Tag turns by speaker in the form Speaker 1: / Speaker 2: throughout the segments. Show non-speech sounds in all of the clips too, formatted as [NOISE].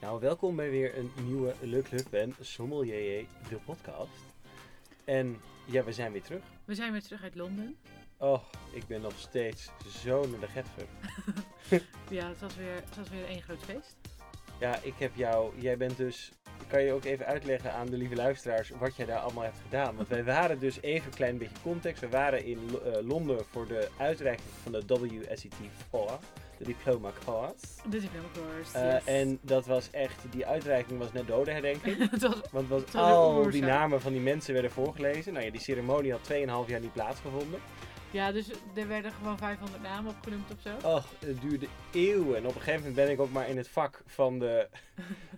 Speaker 1: Nou, welkom bij weer een nieuwe Le Club en Sommelier, de podcast. En ja, we zijn weer terug.
Speaker 2: We zijn weer terug uit Londen.
Speaker 1: Oh, ik ben nog steeds zo naar de getver.
Speaker 2: Ja, het was weer, het was weer één groot feest.
Speaker 1: Ja, ik heb jou, jij bent dus, kan je ook even uitleggen aan de lieve luisteraars wat jij daar allemaal hebt gedaan? Want wij waren dus even een klein beetje context. We waren in Lo- eh, Londen voor de uitreiking van de WSET FOA, de Diploma Class.
Speaker 2: De Diploma Course.
Speaker 1: Eh, En dat was echt, die uitreiking was net dodenherdenking.
Speaker 2: [LAUGHS] het was,
Speaker 1: Want wat
Speaker 2: was heel
Speaker 1: al die
Speaker 2: oerzaam.
Speaker 1: namen van die mensen werden voorgelezen. Nou ja, die ceremonie had 2,5 jaar niet plaatsgevonden.
Speaker 2: ja, dus er werden gewoon 500 namen opgenoemd of zo.
Speaker 1: Och, het duurde eeuwen. En op een gegeven moment ben ik ook maar in het vak van de,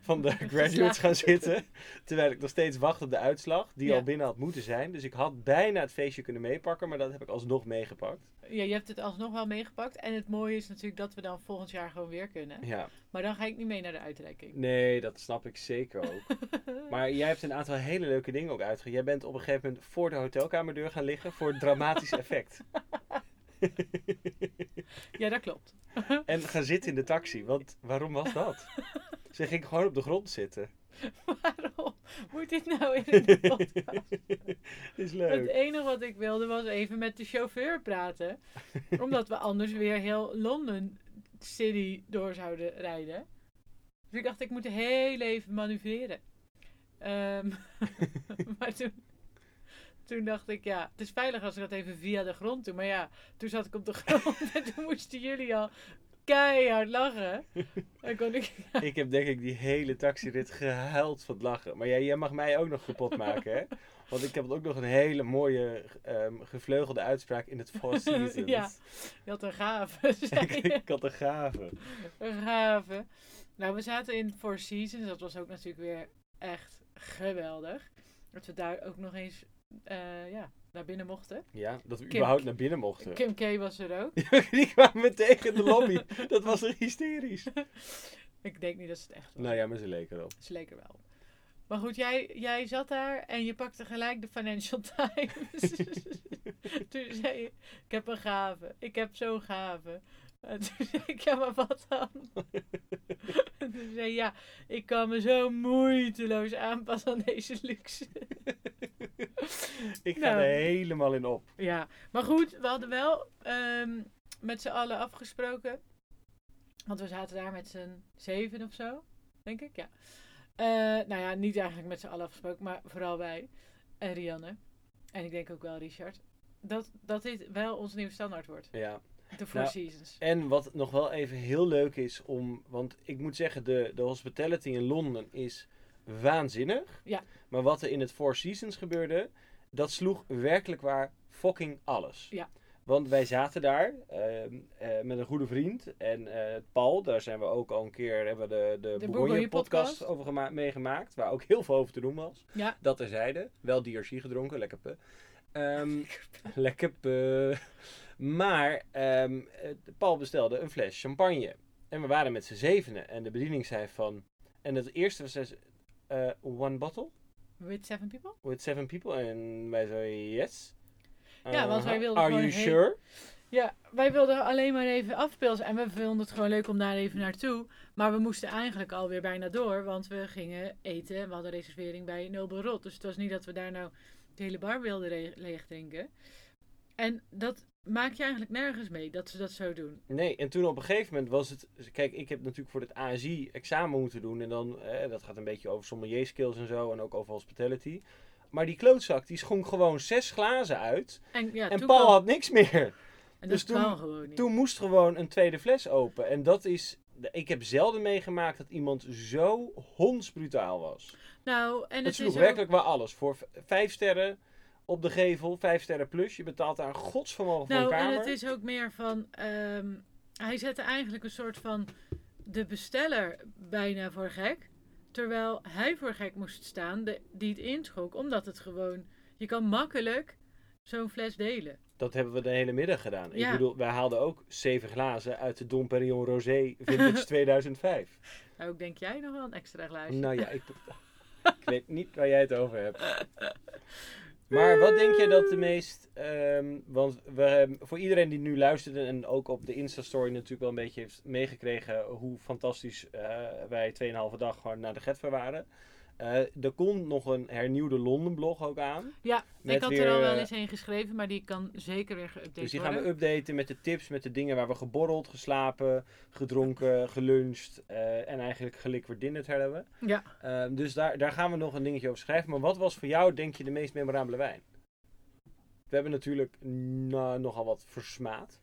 Speaker 1: van de graduates gaan zitten. Terwijl ik nog steeds wacht op de uitslag, die
Speaker 2: Ja.
Speaker 1: al binnen had moeten zijn. Dus ik had bijna het feestje kunnen meepakken, maar dat heb ik alsnog meegepakt.
Speaker 2: Ja, je hebt het alsnog wel meegepakt. En het mooie is natuurlijk dat we dan volgend jaar gewoon weer kunnen.
Speaker 1: Ja,
Speaker 2: Maar dan ga ik niet mee naar de uitreiking.
Speaker 1: nee, dat snap ik zeker ook. Maar jij hebt een aantal hele leuke dingen ook uitgegeven. Jij bent op een gegeven moment voor de hotelkamerdeur gaan liggen voor het dramatische effect.
Speaker 2: Ja, dat klopt. [LAUGHS]
Speaker 1: En gaan zitten in de taxi. Want waarom was dat? Ze ging gewoon op de grond
Speaker 2: [LAUGHS]
Speaker 1: zitten.
Speaker 2: Waarom moet dit nou in
Speaker 1: [LAUGHS]
Speaker 2: de podcast?
Speaker 1: Is
Speaker 2: Het
Speaker 1: leuk.
Speaker 2: enige wat ik wilde was even met de chauffeur
Speaker 1: [LAUGHS]
Speaker 2: praten. Omdat we anders weer heel Londen City door zouden rijden. Dus ik dacht, ik moet heel even manoeuvreren. Ehm, [LAUGHS] maar toen, toen dacht ik, ja, het is veilig als ik dat even via de grond doe. Maar ja, toen zat ik op de [LAUGHS] grond en toen moesten jullie al keihard
Speaker 1: [LAUGHS]
Speaker 2: lachen. En kon ik,
Speaker 1: Ik heb denk ik die hele taxirit gehuild van het lachen. Maar jij, jij mag mij ook nog kapot maken, hè? Want ik heb ook nog een hele mooie ehm, gevleugelde uitspraak in het
Speaker 2: [LAUGHS]
Speaker 1: Four Seasons.
Speaker 2: Ja, je had een gave, [LAUGHS] zei
Speaker 1: ik,
Speaker 2: je.
Speaker 1: [LAUGHS] ik had een gave.
Speaker 2: Een gave. Nou, we zaten in Four Seasons. Dat was ook natuurlijk weer echt geweldig. Dat we daar ook nog eens eh, ja, naar binnen mochten.
Speaker 1: Ja, dat we
Speaker 2: Kim-
Speaker 1: überhaupt naar binnen mochten.
Speaker 2: Kim K was er ook.
Speaker 1: [LAUGHS] Die kwamen me tegen in de lobby. Dat was toch hysterisch.
Speaker 2: Ik denk niet dat ze het echt was.
Speaker 1: Nou ja, maar ze leken wel.
Speaker 2: Ze leek er wel. op. Maar goed, jij, jij zat daar en je pakte gelijk de Financial [LAUGHS] Times. toen zei je, ik heb een gave. Ik heb zo'n gave. En toen zei ik, ja, maar wat dan? en toen zei je, ja, ik kan me zo moeiteloos aanpassen aan deze luxe.
Speaker 1: Ik ga
Speaker 2: Nou.
Speaker 1: er helemaal in op.
Speaker 2: Ja, maar goed, we hadden wel ehm, met z'n allen afgesproken. Want we zaten daar met z'n zeven of zo, denk ik, ja. Eh, nou ja, niet eigenlijk met z'n allen afgesproken, maar vooral wij en Rianne. En ik denk ook wel Richard. Dat, dat dit wel onze nieuwe standaard wordt.
Speaker 1: Ja,
Speaker 2: De Four
Speaker 1: Nou,
Speaker 2: Seasons.
Speaker 1: En wat nog wel even heel leuk is om. Want ik moet zeggen, de, de hospitality in Londen is waanzinnig.
Speaker 2: Ja.
Speaker 1: Maar wat er in het Four Seasons gebeurde, dat sloeg werkelijk waar fucking alles.
Speaker 2: Ja.
Speaker 1: Want wij zaten daar ehm, eh, met een goede vriend. En eh, Paul, daar zijn we ook al een keer hebben we de, de,
Speaker 2: De
Speaker 1: Bourgogne
Speaker 2: Bourgogne
Speaker 1: podcast,
Speaker 2: podcast.
Speaker 1: over gema- meegemaakt. Waar ook heel veel over te doen was.
Speaker 2: Ja.
Speaker 1: Dat terzijde. Wel DRC gedronken, lekker puh. Ehm, lekker puh. Maar ehm, eh, Paul bestelde een fles champagne. En we waren met z'n zevenen. En de bediening zei van... En het eerste was dus, eh, one bottle
Speaker 2: With Seven People?
Speaker 1: with seven people. En wij zeiden yes.
Speaker 2: Ja, want wij
Speaker 1: Aha.
Speaker 2: wilden
Speaker 1: Are
Speaker 2: gewoon
Speaker 1: you
Speaker 2: heel-
Speaker 1: sure?
Speaker 2: Ja, wij wilden alleen maar even afpilsen. En we vonden het gewoon leuk om daar even naartoe. Maar we moesten eigenlijk alweer bijna door. Want we gingen eten. en We hadden reservering bij Nobel Rot. Dus het was niet dat we daar nou de hele bar wilden re- leeg drinken. En dat maak je eigenlijk nergens mee. Dat ze dat zo doen.
Speaker 1: Nee, en toen op een gegeven moment was het... dus Kijk, ik heb natuurlijk voor het ASI examen moeten doen. En dan, eh, dat gaat een beetje over sommelier skills en zo. En ook over hospitality. Maar die klootzak, die schonk gewoon zes glazen uit.
Speaker 2: En, ja,
Speaker 1: en
Speaker 2: toen
Speaker 1: Paul
Speaker 2: kwam-
Speaker 1: had niks meer.
Speaker 2: en
Speaker 1: dus
Speaker 2: dat
Speaker 1: toen-
Speaker 2: kwam gewoon niet.
Speaker 1: Toen moest gewoon een tweede fles open. En dat is... Ik heb zelden meegemaakt dat iemand zo hondsbrutaal was.
Speaker 2: nou, en
Speaker 1: Het
Speaker 2: het,
Speaker 1: sloeg
Speaker 2: is ook,
Speaker 1: werkelijk wel alles. Voor v- vijf sterren op de gevel, vijf sterren plus. Je betaalt daar een godsvermogen voor
Speaker 2: nou,
Speaker 1: een
Speaker 2: en
Speaker 1: kamer.
Speaker 2: het is ook meer van... ehm, hij zette eigenlijk een soort van de besteller bijna voor gek. Terwijl hij voor gek moest staan de- die het inschonk. Omdat het gewoon... Je kan makkelijk zo'n fles delen.
Speaker 1: Dat hebben we de hele middag gedaan. Ik
Speaker 2: Ja.
Speaker 1: bedoel, wij haalden ook zeven glazen uit de Dom Perignon Rosé
Speaker 2: [LAUGHS]
Speaker 1: Vintage 2005.
Speaker 2: Nou, ik denk jij nog wel een extra glaasje.
Speaker 1: Nou ja, ik, ik weet niet waar jij het over hebt. Maar wat denk jij dat de meest. ehm, want we, ehm, voor iedereen die nu luisterde en ook op de Insta-story natuurlijk wel een beetje heeft meegekregen hoe fantastisch eh, wij 2,5 dag gewoon naar de Getver waren. Eh, er komt nog een hernieuwde Londen-blog ook aan.
Speaker 2: Ja,
Speaker 1: Met
Speaker 2: ik had
Speaker 1: weer,
Speaker 2: er al wel
Speaker 1: eh,
Speaker 2: eens een geschreven, maar die kan zeker weer geüpdate
Speaker 1: Dus die gaan
Speaker 2: worden.
Speaker 1: we updaten met de tips, met de dingen waar we geborreld, geslapen, gedronken, geluncht eh, en eigenlijk geliquideerd hebben.
Speaker 2: Ja.
Speaker 1: Ehm, dus daar, daar gaan we nog een dingetje over schrijven. Maar wat was voor jou, denk je, de meest memorabele wijn? We hebben natuurlijk nou, nogal wat versmaad.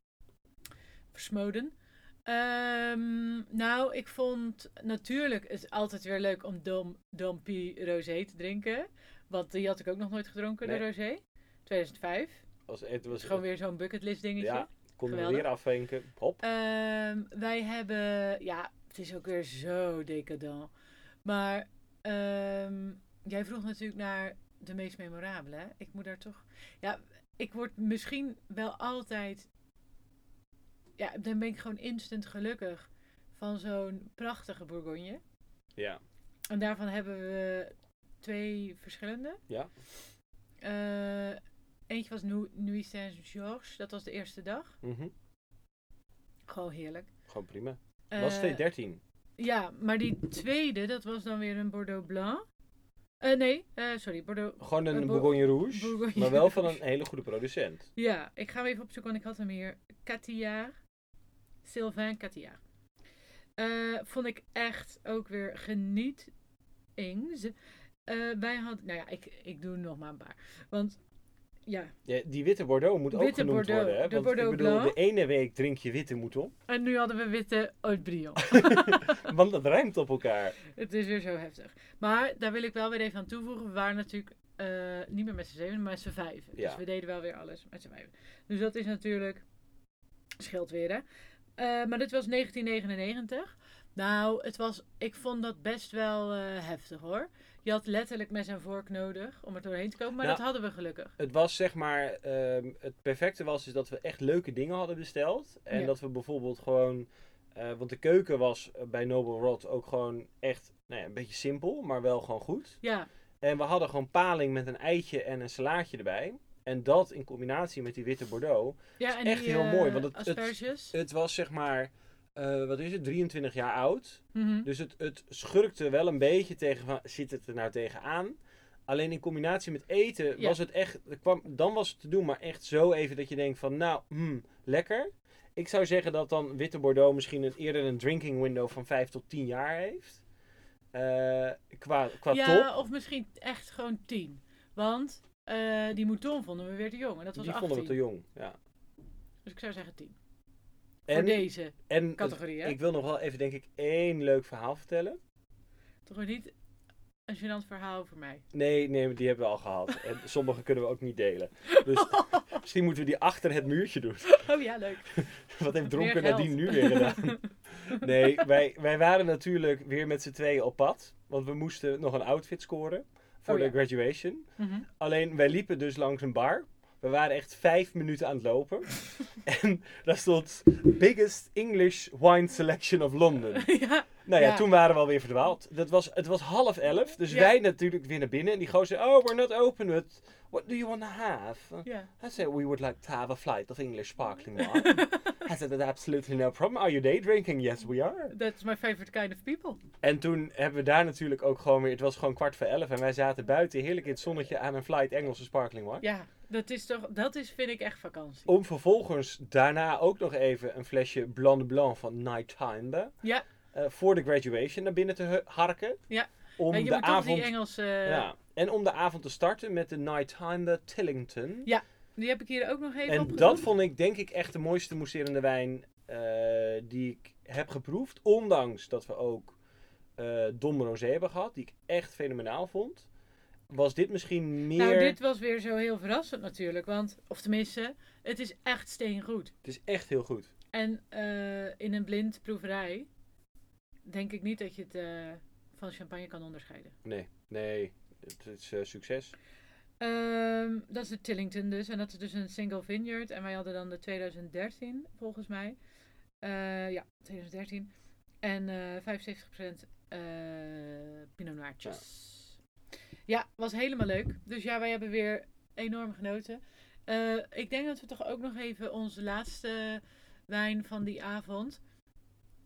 Speaker 2: versmoden. Ehm, nou, ik vond natuurlijk het altijd weer leuk om Dom, Dompie Rosé te drinken. Want die had ik ook nog nooit gedronken,
Speaker 1: Nee.
Speaker 2: de Rosé. 2005.
Speaker 1: Als, het
Speaker 2: Dat
Speaker 1: was
Speaker 2: is gewoon weer zo'n bucketlist dingetje.
Speaker 1: Ja. konden we
Speaker 2: geweldig.
Speaker 1: weer afwenken. Hop.
Speaker 2: Ehm, wij hebben... Ja, het is ook weer zo decadent. Maar ehm, jij vroeg natuurlijk naar de meest memorabele. hè? Ik moet daar toch... Ja, ik word misschien wel altijd... Ja, dan ben ik gewoon instant gelukkig van zo'n prachtige Bourgogne.
Speaker 1: Ja.
Speaker 2: En daarvan hebben we twee verschillende.
Speaker 1: Ja.
Speaker 2: Eh, eentje was Nu- Nuit Saint-Georges. Dat was de eerste dag.
Speaker 1: Mhm.
Speaker 2: Gewoon heerlijk.
Speaker 1: Gewoon prima. Was
Speaker 2: Eh,
Speaker 1: 213.
Speaker 2: Ja, maar die tweede, dat was dan weer een Bordeaux Blanc. Eh, nee, eh, sorry, Bordeaux.
Speaker 1: Gewoon een
Speaker 2: eh, Bour-
Speaker 1: Bourgogne Rouge.
Speaker 2: Bourgogne
Speaker 1: maar wel van een
Speaker 2: Rouge.
Speaker 1: hele goede producent.
Speaker 2: Ja, ik ga hem even opzoeken, want ik had hem hier. Catillard. Sylvain Catillard. Eh, vond ik echt ook weer geniet. Ings. wij hadden. Nou ja, ik, ik doe nog maar een paar. Want ja,
Speaker 1: Ja, die witte Bordeaux moet ook
Speaker 2: Witte
Speaker 1: genoemd
Speaker 2: Bordeaux,
Speaker 1: worden. Hè?
Speaker 2: de
Speaker 1: Want ik
Speaker 2: Bordeaux
Speaker 1: bedoel,
Speaker 2: Blanc.
Speaker 1: de ene week drink je witte moed op. [LAUGHS]
Speaker 2: en nu hadden we witte Haute Briand.
Speaker 1: Want dat ruimt op elkaar.
Speaker 2: Het is weer zo heftig. Maar daar wil ik wel weer even aan toevoegen. We waren natuurlijk eh, niet meer met z'n zeven, maar met z'n vijven.
Speaker 1: Ja.
Speaker 2: Dus we deden wel weer alles met z'n vijven. Dus dat is natuurlijk... Scheelt weer, hè? Eh, maar dit was 1999. Nou, het was, ik vond dat best wel eh, heftig, hoor. Je had letterlijk mes en vork nodig om er doorheen te komen. Maar
Speaker 1: Nou.
Speaker 2: dat hadden we gelukkig.
Speaker 1: Het was zeg maar, ehm, het perfecte was is dat we echt leuke dingen hadden besteld. En
Speaker 2: Ja.
Speaker 1: dat we bijvoorbeeld gewoon, eh, want de keuken was eh, bij Noble Rod ook gewoon echt nou ja, een beetje simpel, maar wel gewoon goed.
Speaker 2: Ja,
Speaker 1: En we hadden gewoon paling met een eitje en een salaatje erbij. En dat in combinatie met die witte Bordeaux.
Speaker 2: ja en
Speaker 1: echt
Speaker 2: die,
Speaker 1: heel
Speaker 2: eh,
Speaker 1: mooi, want het- het-
Speaker 2: asperges.
Speaker 1: Het was zeg maar, eh, wat is het, 23 jaar oud.
Speaker 2: Mhm.
Speaker 1: Dus het, het schurkte wel een beetje tegen van, zit het er nou tegenaan? Alleen in combinatie met eten
Speaker 2: Ja.
Speaker 1: was het echt, er kwam, dan was het te doen, maar echt zo even dat je denkt van, nou, hmm, lekker. Ik zou zeggen dat dan Witte Bordeaux misschien een, eerder een drinking window van 5 tot 10 jaar heeft. Eh, qua qua
Speaker 2: ja,
Speaker 1: top.
Speaker 2: of misschien echt gewoon tien. Want eh, die mouton vonden we weer te jong. En dat was
Speaker 1: Die
Speaker 2: 18.
Speaker 1: vonden we te jong. Ja.
Speaker 2: Dus ik zou zeggen 10. Voor
Speaker 1: En,
Speaker 2: deze
Speaker 1: en het-
Speaker 2: categorie, hè?
Speaker 1: ik wil nog wel even, denk ik, één leuk verhaal vertellen.
Speaker 2: Toch weer niet een gênant verhaal voor
Speaker 1: [LAUGHS]
Speaker 2: mij.
Speaker 1: Nee, nee, die hebben we al gehad. En [LAUGHS] sommige kunnen we ook niet delen.
Speaker 2: [LAUGHS]
Speaker 1: Dus misschien moeten we die achter het muurtje doen.
Speaker 2: Oh ja, leuk.
Speaker 1: [LAUGHS] Wat heeft
Speaker 2: Meer
Speaker 1: dronken
Speaker 2: geld.
Speaker 1: nadien nu weer
Speaker 2: [LAUGHS]
Speaker 1: gedaan? Nee, wij, wij waren natuurlijk weer met z'n tweeën op pad. Want we moesten nog een outfit scoren voor
Speaker 2: Oh
Speaker 1: de
Speaker 2: ja.
Speaker 1: graduation.
Speaker 2: Mhm. [LAUGHS]
Speaker 1: Alleen wij liepen dus langs een bar. We waren echt vijf minuten aan het
Speaker 2: [LAUGHS]
Speaker 1: lopen. en daar stond Biggest English Wine Selection of London.
Speaker 2: ja,
Speaker 1: Nou ja,
Speaker 2: Ja.
Speaker 1: toen waren we alweer verdwaald. Dat was, het was half elf, dus
Speaker 2: Ja.
Speaker 1: wij natuurlijk weer naar binnen. En die gozer, oh, we're not open. But what do you want to have?
Speaker 2: ja.
Speaker 1: I said we would like to have a flight of English
Speaker 2: [LAUGHS]
Speaker 1: sparkling wine. I said that's absolutely no problem. Are you day drinking? Yes, we are.
Speaker 2: That's my favorite kind of people.
Speaker 1: En toen hebben we daar natuurlijk ook gewoon weer. Het was gewoon kwart voor elf en wij zaten buiten heerlijk in het zonnetje aan een flight Engelse sparkling wine.
Speaker 2: Ja, dat is toch, dat is, vind ik echt vakantie.
Speaker 1: Om vervolgens daarna ook nog even een flesje Blanc de Blanc van Nighttime
Speaker 2: Ja.
Speaker 1: eh, voor de graduation naar binnen te hu- harken.
Speaker 2: Ja.
Speaker 1: Om
Speaker 2: Ja, je
Speaker 1: de
Speaker 2: moet toch
Speaker 1: avond.
Speaker 2: die Engelse...
Speaker 1: ja. En om de avond te starten met de Nighttime Tillington.
Speaker 2: Die heb ik hier ook nog even
Speaker 1: En
Speaker 2: opgezocht.
Speaker 1: dat vond ik denk ik echt de mooiste mousserende wijn eh, die ik heb geproefd. Ondanks dat we ook eh Dom Rosé hebben gehad, die ik echt fenomenaal vond. Was dit misschien meer...
Speaker 2: Nou, dit was weer zo heel verrassend natuurlijk. Want, of tenminste, het is echt steengoed.
Speaker 1: Het is echt heel goed.
Speaker 2: En eh, in een blind proeverij denk ik niet dat je het eh, van champagne kan onderscheiden.
Speaker 1: Nee, nee. Het is eh,
Speaker 2: [LAUGHS]
Speaker 1: succes.
Speaker 2: Ehm, dat is de Tillington dus. En dat is dus een single vineyard. En wij hadden dan de 2013, volgens mij. Eh, ja, 2013. En eh 75% eh Pinot Noirtjes. Ja. was helemaal leuk. Dus ja, wij hebben weer enorm genoten. Eh, ik denk dat we toch ook nog even onze laatste wijn van die avond.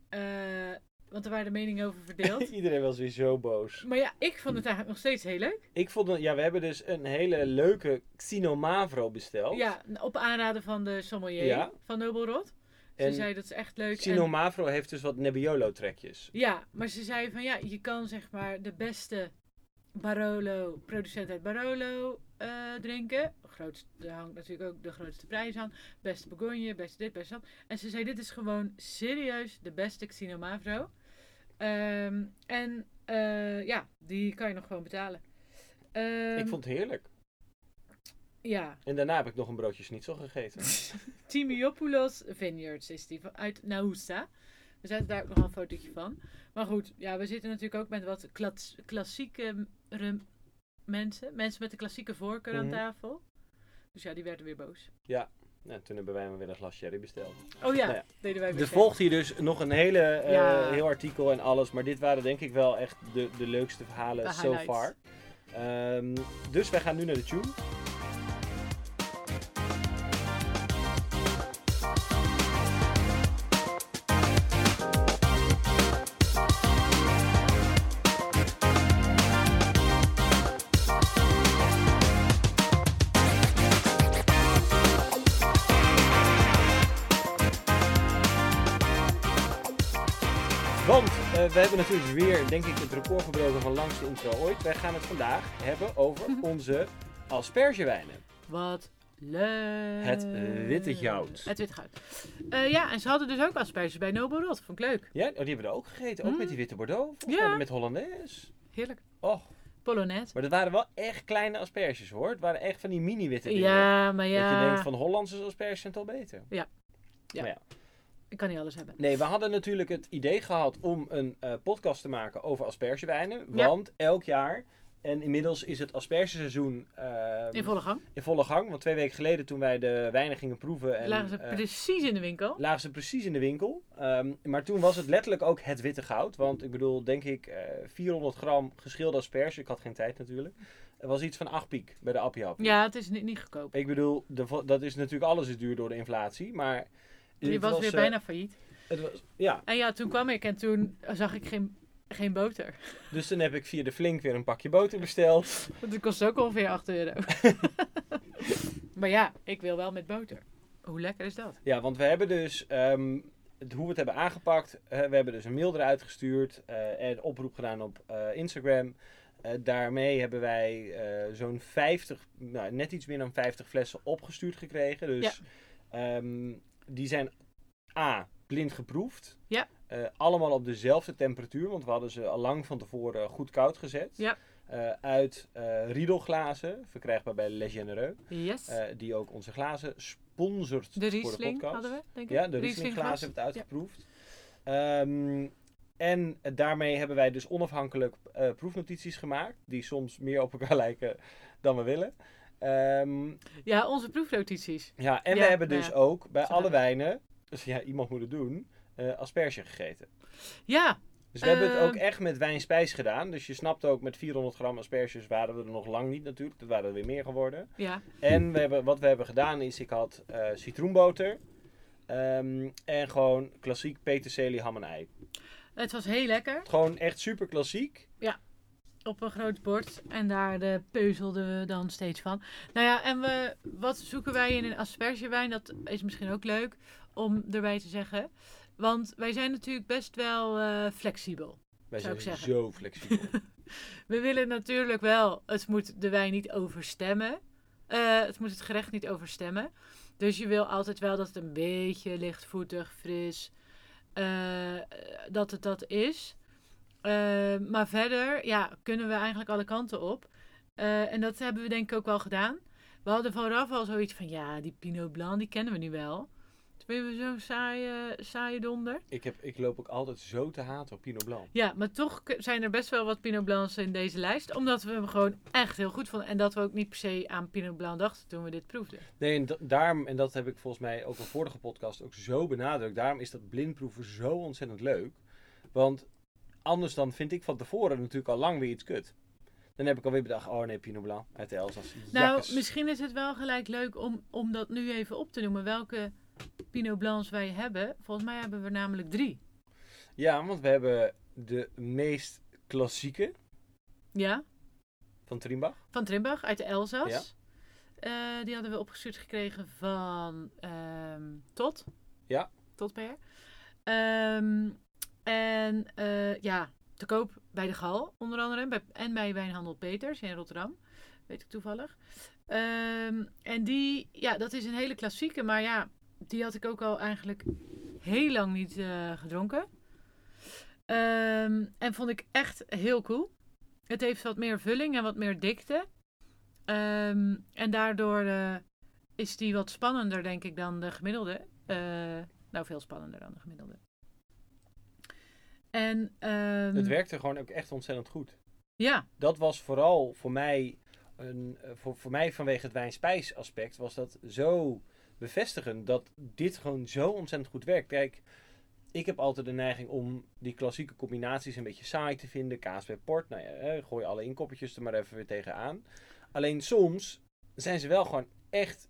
Speaker 2: eh, want er waren de meningen over
Speaker 1: [LAUGHS]
Speaker 2: verdeeld.
Speaker 1: Iedereen was weer zo boos.
Speaker 2: maar ja, ik vond het eigenlijk nog steeds heel leuk.
Speaker 1: Ik vond, het- ja, we hebben dus een hele leuke Xenomavro besteld.
Speaker 2: Ja, op aanraden van de sommelier
Speaker 1: Oh. Ja.
Speaker 2: van Nobelrot. Ze
Speaker 1: En
Speaker 2: zei dat is echt leuk. en-
Speaker 1: Xenomavro heeft dus wat Nebbiolo-trekjes.
Speaker 2: Ja, maar ze zei van ja, je kan zeg maar de beste Barolo, producent uit Barolo eh, drinken. Grootst, daar hangt natuurlijk ook de grootste prijs aan. Beste Bourgogne, beste dit, beste dat. En ze zei dit is gewoon serieus de beste Xenomavro. Ehm en eh, ja, die kan je nog gewoon betalen. Ehm,
Speaker 1: Ik vond het heerlijk.
Speaker 2: Ja,
Speaker 1: En daarna heb ik nog een broodje schnitzel gegeten. [LAUGHS]
Speaker 2: [LAUGHS] Timiopoulos Vineyards is die van- uit Nausa. We zetten daar ook nog een fotootje van. Maar goed, ja, we zitten natuurlijk ook met wat klats- klassieke rem- mensen. Mensen met de klassieke voorkeur
Speaker 1: Mhm.
Speaker 2: aan tafel. Dus ja, die werden weer boos.
Speaker 1: nou, toen hebben wij maar weer een glas sherry besteld.
Speaker 2: Oh ja,
Speaker 1: Nou ja,
Speaker 2: deden wij weer.
Speaker 1: Er
Speaker 2: verder.
Speaker 1: volgt hier dus nog een hele, eh,
Speaker 2: Ja.
Speaker 1: heel artikel en alles. Maar dit waren denk ik wel echt de, de leukste verhalen
Speaker 2: De
Speaker 1: so
Speaker 2: highlights.
Speaker 1: far. Ehm, dus wij gaan nu naar de tune. Want eh, we hebben natuurlijk weer, denk ik, het record gebroken van langste intro ooit. Wij gaan het vandaag hebben over
Speaker 2: Mhm.
Speaker 1: onze aspergewijnen.
Speaker 2: Wat leuk.
Speaker 1: Het witte goud.
Speaker 2: Het witte goud. Eh, ja, en ze hadden dus ook asperges bij Nobel Rot. Vond ik leuk.
Speaker 1: Ja, oh, die hebben we ook gegeten. Ook
Speaker 2: Mm.
Speaker 1: met die witte Bordeaux. Volgens
Speaker 2: Ja.
Speaker 1: mij met Hollandaise.
Speaker 2: Heerlijk.
Speaker 1: Och,
Speaker 2: Polonaise.
Speaker 1: maar dat waren wel echt kleine asperges hoor. Het waren echt van die mini-witte dingen.
Speaker 2: Ja, maar ja.
Speaker 1: Dat je denkt van Hollandse asperges zijn toch beter.
Speaker 2: Ik kan niet alles hebben.
Speaker 1: Nee, we hadden natuurlijk het idee gehad om een eh, podcast te maken over aspergewijnen.
Speaker 2: Ja.
Speaker 1: Want elk jaar, en inmiddels is het aspergeseizoen ehm,
Speaker 2: In volle gang.
Speaker 1: in volle gang. Want twee weken geleden toen wij de wijnen gingen proeven, en,
Speaker 2: Lagen ze
Speaker 1: eh,
Speaker 2: precies in de winkel.
Speaker 1: lagen ze precies in de winkel. Ehm, maar toen was het letterlijk ook het witte goud. Want ik bedoel, denk ik, eh, 400 gram geschilde asperge. Ik had geen tijd natuurlijk. Er was iets van 8 piek bij de Appie
Speaker 2: Ja, het is niet, niet goedkoop.
Speaker 1: Ik bedoel, de vo- dat is natuurlijk alles is duur door de inflatie. Maar
Speaker 2: Je
Speaker 1: het
Speaker 2: was, weer
Speaker 1: eh,
Speaker 2: bijna failliet.
Speaker 1: het was, ja,
Speaker 2: En ja, toen kwam ik en toen zag ik geen, geen boter. [LAUGHS]
Speaker 1: Dus dan heb ik via de Flink weer een pakje boter besteld.
Speaker 2: Want het kost ook ongeveer
Speaker 1: [LAUGHS]
Speaker 2: 8 euro. maar ja, ik wil wel met boter. Hoe lekker is dat?
Speaker 1: Ja, want we hebben dus ehm, het, hoe we het hebben aangepakt. eh, we hebben dus een mail eruit gestuurd eh, en oproep gedaan op eh, Instagram. Eh, daarmee hebben wij eh, zo'n 50, nou, net iets meer dan 50 flessen opgestuurd gekregen. Dus ehm, die zijn A, blind geproefd.
Speaker 2: Ja.
Speaker 1: Eh, allemaal op dezelfde temperatuur, want we hadden ze al lang van tevoren goed koud gezet.
Speaker 2: Ja.
Speaker 1: Eh, uit eh riedelglazen, verkrijgbaar bij Le Genereux.
Speaker 2: Yes.
Speaker 1: Eh, die ook onze glazen sponsort
Speaker 2: de
Speaker 1: voor de
Speaker 2: Riesling
Speaker 1: podcast.
Speaker 2: hadden we, denk ik.
Speaker 1: Ja, de Riesling glazen hebben het uitgeproefd. Ehm, en daarmee hebben wij dus onafhankelijk eh, proefnotities gemaakt, die soms meer op elkaar [LAUGHS] lijken dan we willen. Ehm,
Speaker 2: Ja, onze proefnotities.
Speaker 1: ja, en
Speaker 2: Ja,
Speaker 1: we hebben
Speaker 2: nou
Speaker 1: dus
Speaker 2: ja,
Speaker 1: ook bij
Speaker 2: zo
Speaker 1: alle
Speaker 2: gaat het.
Speaker 1: wijnen, dus ja, iemand moet het doen, eh, asperge gegeten.
Speaker 2: Ja,
Speaker 1: Dus we hebben het ook
Speaker 2: Ehm.
Speaker 1: echt met wijnspijs gedaan. Dus je snapt ook, met 400 gram asperges waren we er nog lang niet natuurlijk. Dat waren er weer meer geworden.
Speaker 2: ja.
Speaker 1: En we hebben, wat we hebben gedaan is, ik had eh, citroenboter. ehm, en gewoon klassiek peterselie, ham en ei.
Speaker 2: Het was heel lekker.
Speaker 1: Gewoon echt super klassiek.
Speaker 2: Op een groot bord. En daar eh, peuzelden we dan steeds van. Nou ja, en we, wat zoeken wij in een aspergewijn? Dat is misschien ook leuk om erbij te zeggen. Want wij zijn natuurlijk best wel eh, flexibel.
Speaker 1: Wij
Speaker 2: Zou
Speaker 1: zijn
Speaker 2: ik zeggen.
Speaker 1: zo flexibel.
Speaker 2: We willen natuurlijk wel, het moet de wijn niet overstemmen. Eh, het moet het gerecht niet overstemmen. Dus je wil altijd wel dat het een beetje lichtvoetig, fris, eh, dat het dat is. Eh, maar verder, ja, kunnen we eigenlijk alle kanten op. Eh, en dat hebben we denk ik ook wel gedaan. We hadden vooraf al zoiets van, ja, die Pinot Blanc, die kennen we nu wel. Toen hebben we zo'n saaie, saaie donder.
Speaker 1: [LAUGHS] ik, heb, ik loop ook altijd zo te haten op Pinot Blanc.
Speaker 2: Ja, maar toch k- zijn er best wel wat Pinot Blancs in deze lijst. Omdat we hem gewoon echt heel goed vonden. En dat we ook niet per se aan Pinot Blanc dachten toen we dit proefden.
Speaker 1: Nee, en da- daarom, en dat heb ik volgens mij ook in vorige podcast ook zo benadrukt. Daarom is dat blindproeven zo ontzettend leuk. Want anders dan vind ik van tevoren natuurlijk al lang weer iets kut. Dan heb ik alweer bedacht, oh nee, Pinot Blanc uit de Elzas.
Speaker 2: Nou,
Speaker 1: Jakkes.
Speaker 2: misschien is het wel gelijk leuk om, om dat nu even op te noemen. Welke Pinot Blancs wij hebben. Volgens mij hebben we namelijk drie.
Speaker 1: Ja, want we hebben de meest klassieke
Speaker 2: Ja,
Speaker 1: van Trimbach.
Speaker 2: van Trimbach uit de Elzas. Eh, die hadden we opgestuurd gekregen van ehm, Tot.
Speaker 1: Ja.
Speaker 2: Tot PR. Ehm, en eh, ja, te koop bij de Gal onder andere. Bij, en bij Wijnhandel Peters in Rotterdam. Weet ik toevallig. Ehm, en die, ja, dat is een hele klassieke. Maar ja, die had ik ook al eigenlijk heel lang niet eh, gedronken. Ehm, en vond ik echt heel cool. Het heeft wat meer vulling en wat meer dikte. Ehm, en daardoor eh, is die wat spannender, denk ik, dan de gemiddelde. Eh, nou, veel spannender dan de gemiddelde. En, ehm,
Speaker 1: Het werkte gewoon ook echt ontzettend goed.
Speaker 2: Ja,
Speaker 1: Dat was vooral voor mij, een, eh, voor, voor mij vanwege het wijn-spijs aspect, was dat zo bevestigend dat dit gewoon zo ontzettend goed werkt. Kijk, ik heb altijd de neiging om die klassieke combinaties een beetje saai te vinden. Kaas bij port, nou ja, eh, gooi alle inkoppertjes er maar even weer tegenaan. Alleen soms zijn ze wel gewoon echt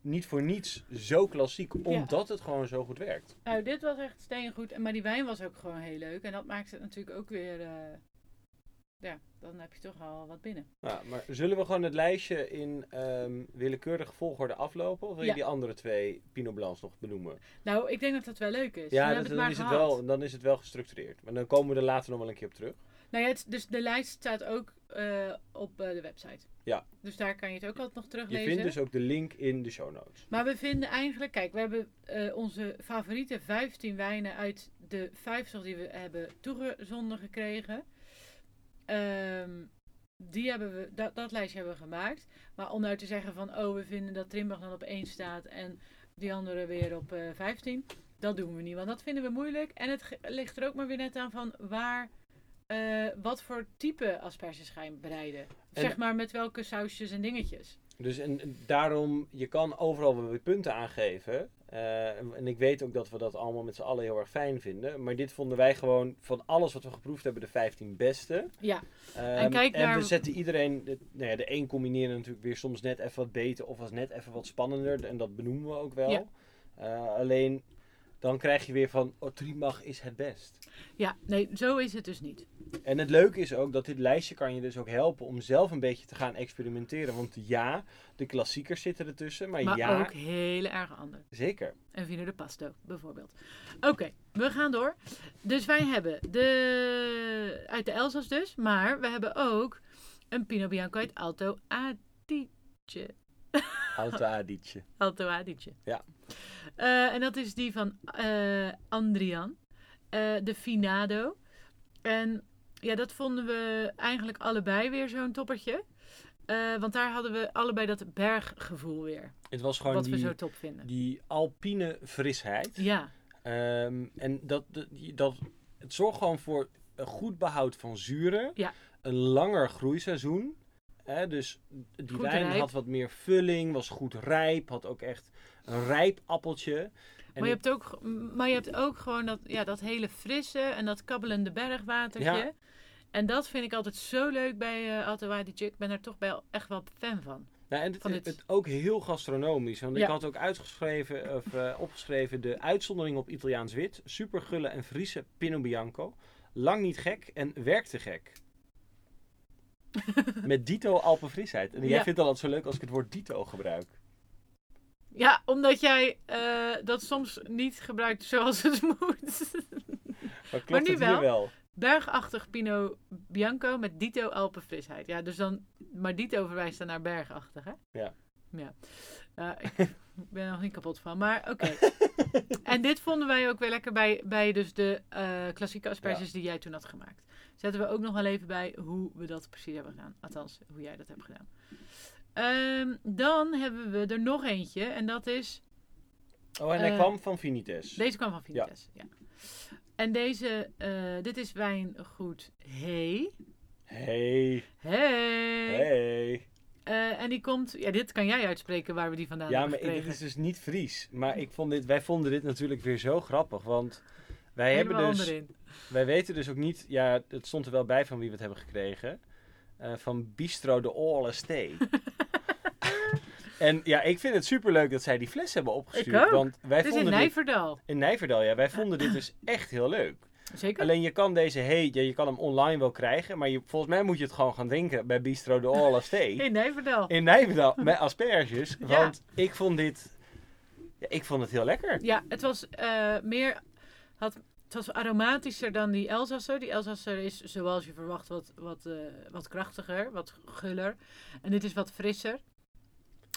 Speaker 1: niet voor niets zo klassiek, omdat het gewoon zo goed werkt.
Speaker 2: nou, dit was echt steengoed. En- Maar die wijn was ook gewoon heel leuk. En dat maakt het natuurlijk ook weer... eh, ja, dan heb je toch al wat binnen.
Speaker 1: Ja, maar zullen we gewoon het lijstje in ehm, willekeurige volgorde aflopen? Of wil je
Speaker 2: Ja.
Speaker 1: die andere twee Pinot Blancs nog benoemen?
Speaker 2: Nou, ik denk dat dat wel leuk is.
Speaker 1: ja, dat,
Speaker 2: we hebben
Speaker 1: dan,
Speaker 2: het
Speaker 1: is
Speaker 2: maar
Speaker 1: het
Speaker 2: gehad.
Speaker 1: wel, dan is het wel gestructureerd. Maar dan komen we er later nog wel een keer op terug.
Speaker 2: Nou ja, het- dus de lijst staat ook eh, op eh, de website.
Speaker 1: Ja.
Speaker 2: Dus daar kan je het ook altijd nog
Speaker 1: Je
Speaker 2: teruglezen.
Speaker 1: vindt dus ook de link in de show notes.
Speaker 2: Maar we vinden eigenlijk, kijk, we hebben eh, onze favoriete 15 wijnen uit de 50 die we hebben toegezonden gekregen. Ehm, die hebben we, dat, dat lijstje hebben we gemaakt. Maar om nou te zeggen van, oh, we vinden dat Trimbach dan op 1 staat en die andere weer op eh 15. Dat doen we niet, want dat vinden we moeilijk. En het ge- ligt er ook maar weer net aan van waar, eh, wat voor type asperges ga je bereiden.
Speaker 1: En-
Speaker 2: zeg maar met welke sausjes en dingetjes.
Speaker 1: Dus en, en daarom, je kan overal wel weer punten aangeven. Eh, en ik weet ook dat we dat allemaal met z'n allen heel erg fijn vinden. Maar dit vonden wij gewoon van alles wat we geproefd hebben de 15 beste.
Speaker 2: Ja.
Speaker 1: Ehm, en
Speaker 2: En kijk naar-
Speaker 1: we zetten iedereen, de, nou ja, de een combineerde natuurlijk weer soms net even wat beter of was net even wat spannender. En dat benoemen we ook wel.
Speaker 2: Ja.
Speaker 1: Eh, alleen dan krijg je weer van, oh, Trimag is het best.
Speaker 2: Ja, nee, zo is het dus niet.
Speaker 1: En het leuke is ook dat dit lijstje kan je dus ook helpen om zelf een beetje te gaan experimenteren. Want ja, de klassiekers zitten ertussen, maar,
Speaker 2: Maar
Speaker 1: ja,
Speaker 2: ook heel erg anders.
Speaker 1: zeker.
Speaker 2: En Vino de Pasto bijvoorbeeld. Oké, we gaan door. Dus wij hebben de... Uit de Elzas dus. Maar we hebben ook een Pinot Bianco uit Alto Adige.
Speaker 1: Auto Adietje.
Speaker 2: Alto Adige.
Speaker 1: Ja.
Speaker 2: Eh, en dat is die van eh, Andrian. Eh, de Finado. En ja, dat vonden we eigenlijk allebei weer zo'n toppertje. Eh, want daar hadden we allebei dat berggevoel weer.
Speaker 1: Het was gewoon
Speaker 2: wat we
Speaker 1: die,
Speaker 2: zo top vinden.
Speaker 1: die alpine frisheid.
Speaker 2: Ja,
Speaker 1: Ehm, en dat, dat, dat, het zorgt gewoon voor een goed behoud van zuren.
Speaker 2: Ja.
Speaker 1: Een langer groeiseizoen. Hè, dus die
Speaker 2: Goed
Speaker 1: wijn
Speaker 2: rijp.
Speaker 1: had wat meer vulling, was goed rijp, had ook echt een rijp appeltje. En
Speaker 2: maar je, hebt ook, maar je hebt ook gewoon dat, ja, dat hele frisse en dat kabbelende bergwatertje.
Speaker 1: Ja.
Speaker 2: En dat vind ik altijd zo leuk bij eh Alto Adige. Ik ben er toch wel echt wel fan van.
Speaker 1: nou, en het,
Speaker 2: van
Speaker 1: het,
Speaker 2: dit-
Speaker 1: het ook heel gastronomisch. Want ik
Speaker 2: Ja.
Speaker 1: had ook uitgeschreven, of, eh, opgeschreven de uitzondering op Italiaans wit. Super gulle en Friese Pinot Bianco. Lang niet gek en werkte
Speaker 2: [LAUGHS]
Speaker 1: gek. Met dito alpenfrisheid. En jij
Speaker 2: Ja.
Speaker 1: vindt dat altijd zo leuk als ik het woord dito gebruik.
Speaker 2: Ja, omdat jij eh, dat soms niet gebruikt zoals het [LAUGHS] moet.
Speaker 1: Maar klopt
Speaker 2: Maar
Speaker 1: het
Speaker 2: nu
Speaker 1: hier
Speaker 2: wel?
Speaker 1: wel?
Speaker 2: Bergachtig Pinot Bianco met Dito Alpenfrisheid. Ja, dus dan, maar Dito verwijst dan naar bergachtig, hè?
Speaker 1: Ja.
Speaker 2: Ja. Eh, ik ben er nog niet kapot van, maar oké. en dit vonden wij ook weer lekker bij, bij dus de eh, klassieke asperges die jij toen had gemaakt. Zetten we ook nog wel even bij hoe we dat precies hebben gedaan. Althans, hoe jij dat hebt gedaan. Ehm, dan hebben we er nog eentje en dat is...
Speaker 1: Oh, en hij
Speaker 2: Eh,
Speaker 1: kwam van Vinites.
Speaker 2: Deze kwam van Vinites, ja. En deze, eh, dit is wijngoed Hey.
Speaker 1: Hey,
Speaker 2: Hey!
Speaker 1: hey.
Speaker 2: Eh, en die komt... Ja, dit kan jij uitspreken waar we die vandaan
Speaker 1: Ja, maar
Speaker 2: hebben
Speaker 1: ik- dit
Speaker 2: gekregen.
Speaker 1: is dus niet Fries. Maar ik vond dit, wij vonden dit natuurlijk weer zo grappig. Want wij, hebben
Speaker 2: Helemaal
Speaker 1: dus,
Speaker 2: onderin.
Speaker 1: wij weten dus ook niet... Ja, het stond er wel bij van wie we het hebben gekregen. eh, van Bistro de All Estate.
Speaker 2: [LAUGHS]
Speaker 1: en ja, ik vind het superleuk dat zij die fles hebben opgestuurd.
Speaker 2: ook.
Speaker 1: Want wij
Speaker 2: Het is in
Speaker 1: vonden dit
Speaker 2: Nijverdal.
Speaker 1: in Nijverdal, ja, wij vonden dit dus echt heel leuk.
Speaker 2: Zeker?
Speaker 1: Alleen je kan deze heet, ja, je kan hem online wel krijgen, maar je, volgens mij moet je het gewoon gaan drinken bij Bistro de All
Speaker 2: [LAUGHS]
Speaker 1: Estate.
Speaker 2: in Nijverdal.
Speaker 1: in Nijverdal met asperges,
Speaker 2: Ja.
Speaker 1: want ik vond dit, ja, ik vond het heel lekker.
Speaker 2: Ja, het was eh, meer. Had, het was aromatischer dan die Elsasser. Die Elsasser is, zoals je verwacht, wat, wat, eh, wat krachtiger, wat guller. En dit is wat frisser.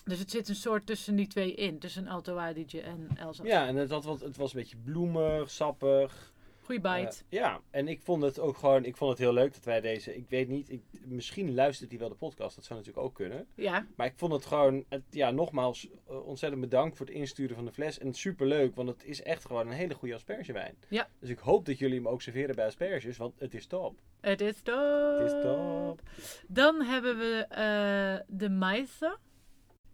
Speaker 2: Dus het zit een soort tussen die twee in. Tussen Alto Adige en Elsasser.
Speaker 1: Ja, en het, had wat, het was een beetje bloemig, sappig.
Speaker 2: Goeie bite.
Speaker 1: Eh, ja, en ik vond het ook gewoon, ik vond het heel leuk dat wij deze, ik weet niet, ik, misschien luistert hij wel de podcast, dat zou natuurlijk ook kunnen.
Speaker 2: ja.
Speaker 1: Maar ik vond het gewoon, het, ja, nogmaals, eh, ontzettend bedankt voor het insturen van de fles. En superleuk, want het is echt gewoon een hele goede aspergewijn.
Speaker 2: Ja.
Speaker 1: Dus ik hoop dat jullie hem ook serveren bij asperges, want het is top.
Speaker 2: Het is top.
Speaker 1: Het is top.
Speaker 2: Dan hebben we eh, de Maisa.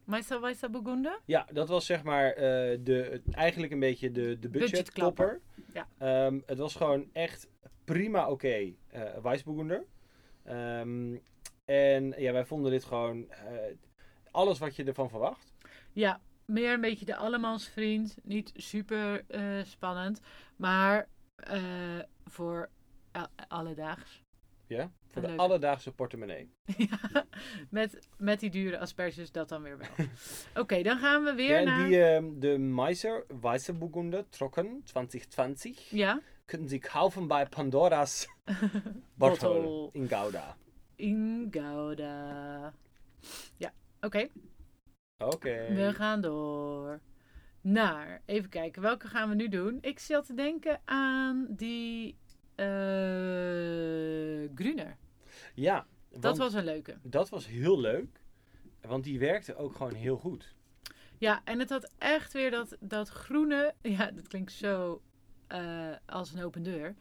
Speaker 2: Maisa Weissa Burgunde.
Speaker 1: Ja, dat was zeg maar eh, de, het- eigenlijk een beetje de, de budgetklapper.
Speaker 2: Budgetklapper.
Speaker 1: Ehm, het was gewoon echt prima oké eh Weissburgunder. Ehm, en ja, wij vonden dit gewoon eh, alles wat je ervan verwacht.
Speaker 2: Ja, meer een beetje de allemansvriend. Niet super eh, spannend. Maar eh, voor a- alledaags. [LAUGHS]
Speaker 1: Ja? Voor de
Speaker 2: Leuk.
Speaker 1: alledaagse portemonnee.
Speaker 2: Ja, met, met die dure asperges dat dan weer wel.
Speaker 1: [LAUGHS]
Speaker 2: Oké, dan gaan we weer
Speaker 1: Ja, en
Speaker 2: naar...
Speaker 1: die, ehm, de Meiser Weissburgunder Trocken 2020
Speaker 2: Ja,
Speaker 1: kunnen ze kaufen bij
Speaker 2: [LAUGHS]
Speaker 1: Pandora's Bottle
Speaker 2: Bottle.
Speaker 1: in Gouda.
Speaker 2: Ingouda. Ja, oké.
Speaker 1: Oké.
Speaker 2: We gaan door naar, even kijken, welke gaan we nu doen? Ik zat te denken aan die eh Gruner.
Speaker 1: Ja,
Speaker 2: Dat
Speaker 1: want-
Speaker 2: was een leuke.
Speaker 1: Dat was heel leuk, want die werkte ook gewoon heel goed.
Speaker 2: Ja, en het had echt weer dat, dat groene. Ja, dat klinkt zo eh, als een open deur.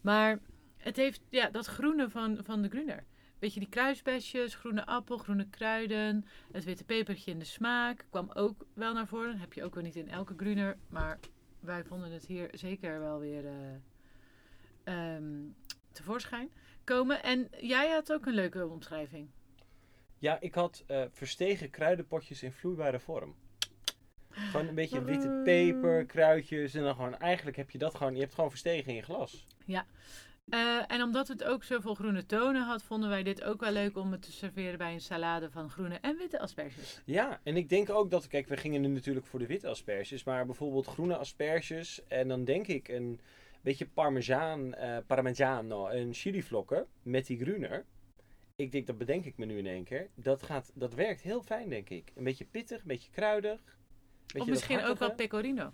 Speaker 2: Maar het heeft ja, dat groene van, van de Gruner. Weet je, die kruisbesjes, groene appel, groene kruiden. Het witte pepertje in de smaak kwam ook wel naar voren. heb je ook wel niet in elke Gruner. Maar wij vonden het hier zeker wel weer eh, ehm, tevoorschijn komen. En jij had ook een leuke omschrijving.
Speaker 1: Ja, ik had eh, verstegen kruidenpotjes in vloeibare vorm. Gewoon een beetje witte peper, kruidjes en dan gewoon eigenlijk heb je dat gewoon, je hebt gewoon verstegen in je glas.
Speaker 2: Eh, en omdat het ook zoveel groene tonen had, vonden wij dit ook wel leuk om het te serveren bij een salade van groene en witte asperges.
Speaker 1: Ja, en ik denk ook dat, kijk, we gingen nu natuurlijk voor de witte asperges, maar bijvoorbeeld groene asperges en dan denk ik een beetje parmezaan, eh parmigiano en chilivlokken met die gruner. Ik denk, dat bedenk ik me nu in één keer. Dat, gaat, dat werkt heel fijn, denk ik. Een beetje pittig, een beetje kruidig. een beetje
Speaker 2: Of
Speaker 1: dat
Speaker 2: misschien ook wel
Speaker 1: hartige.
Speaker 2: pecorino.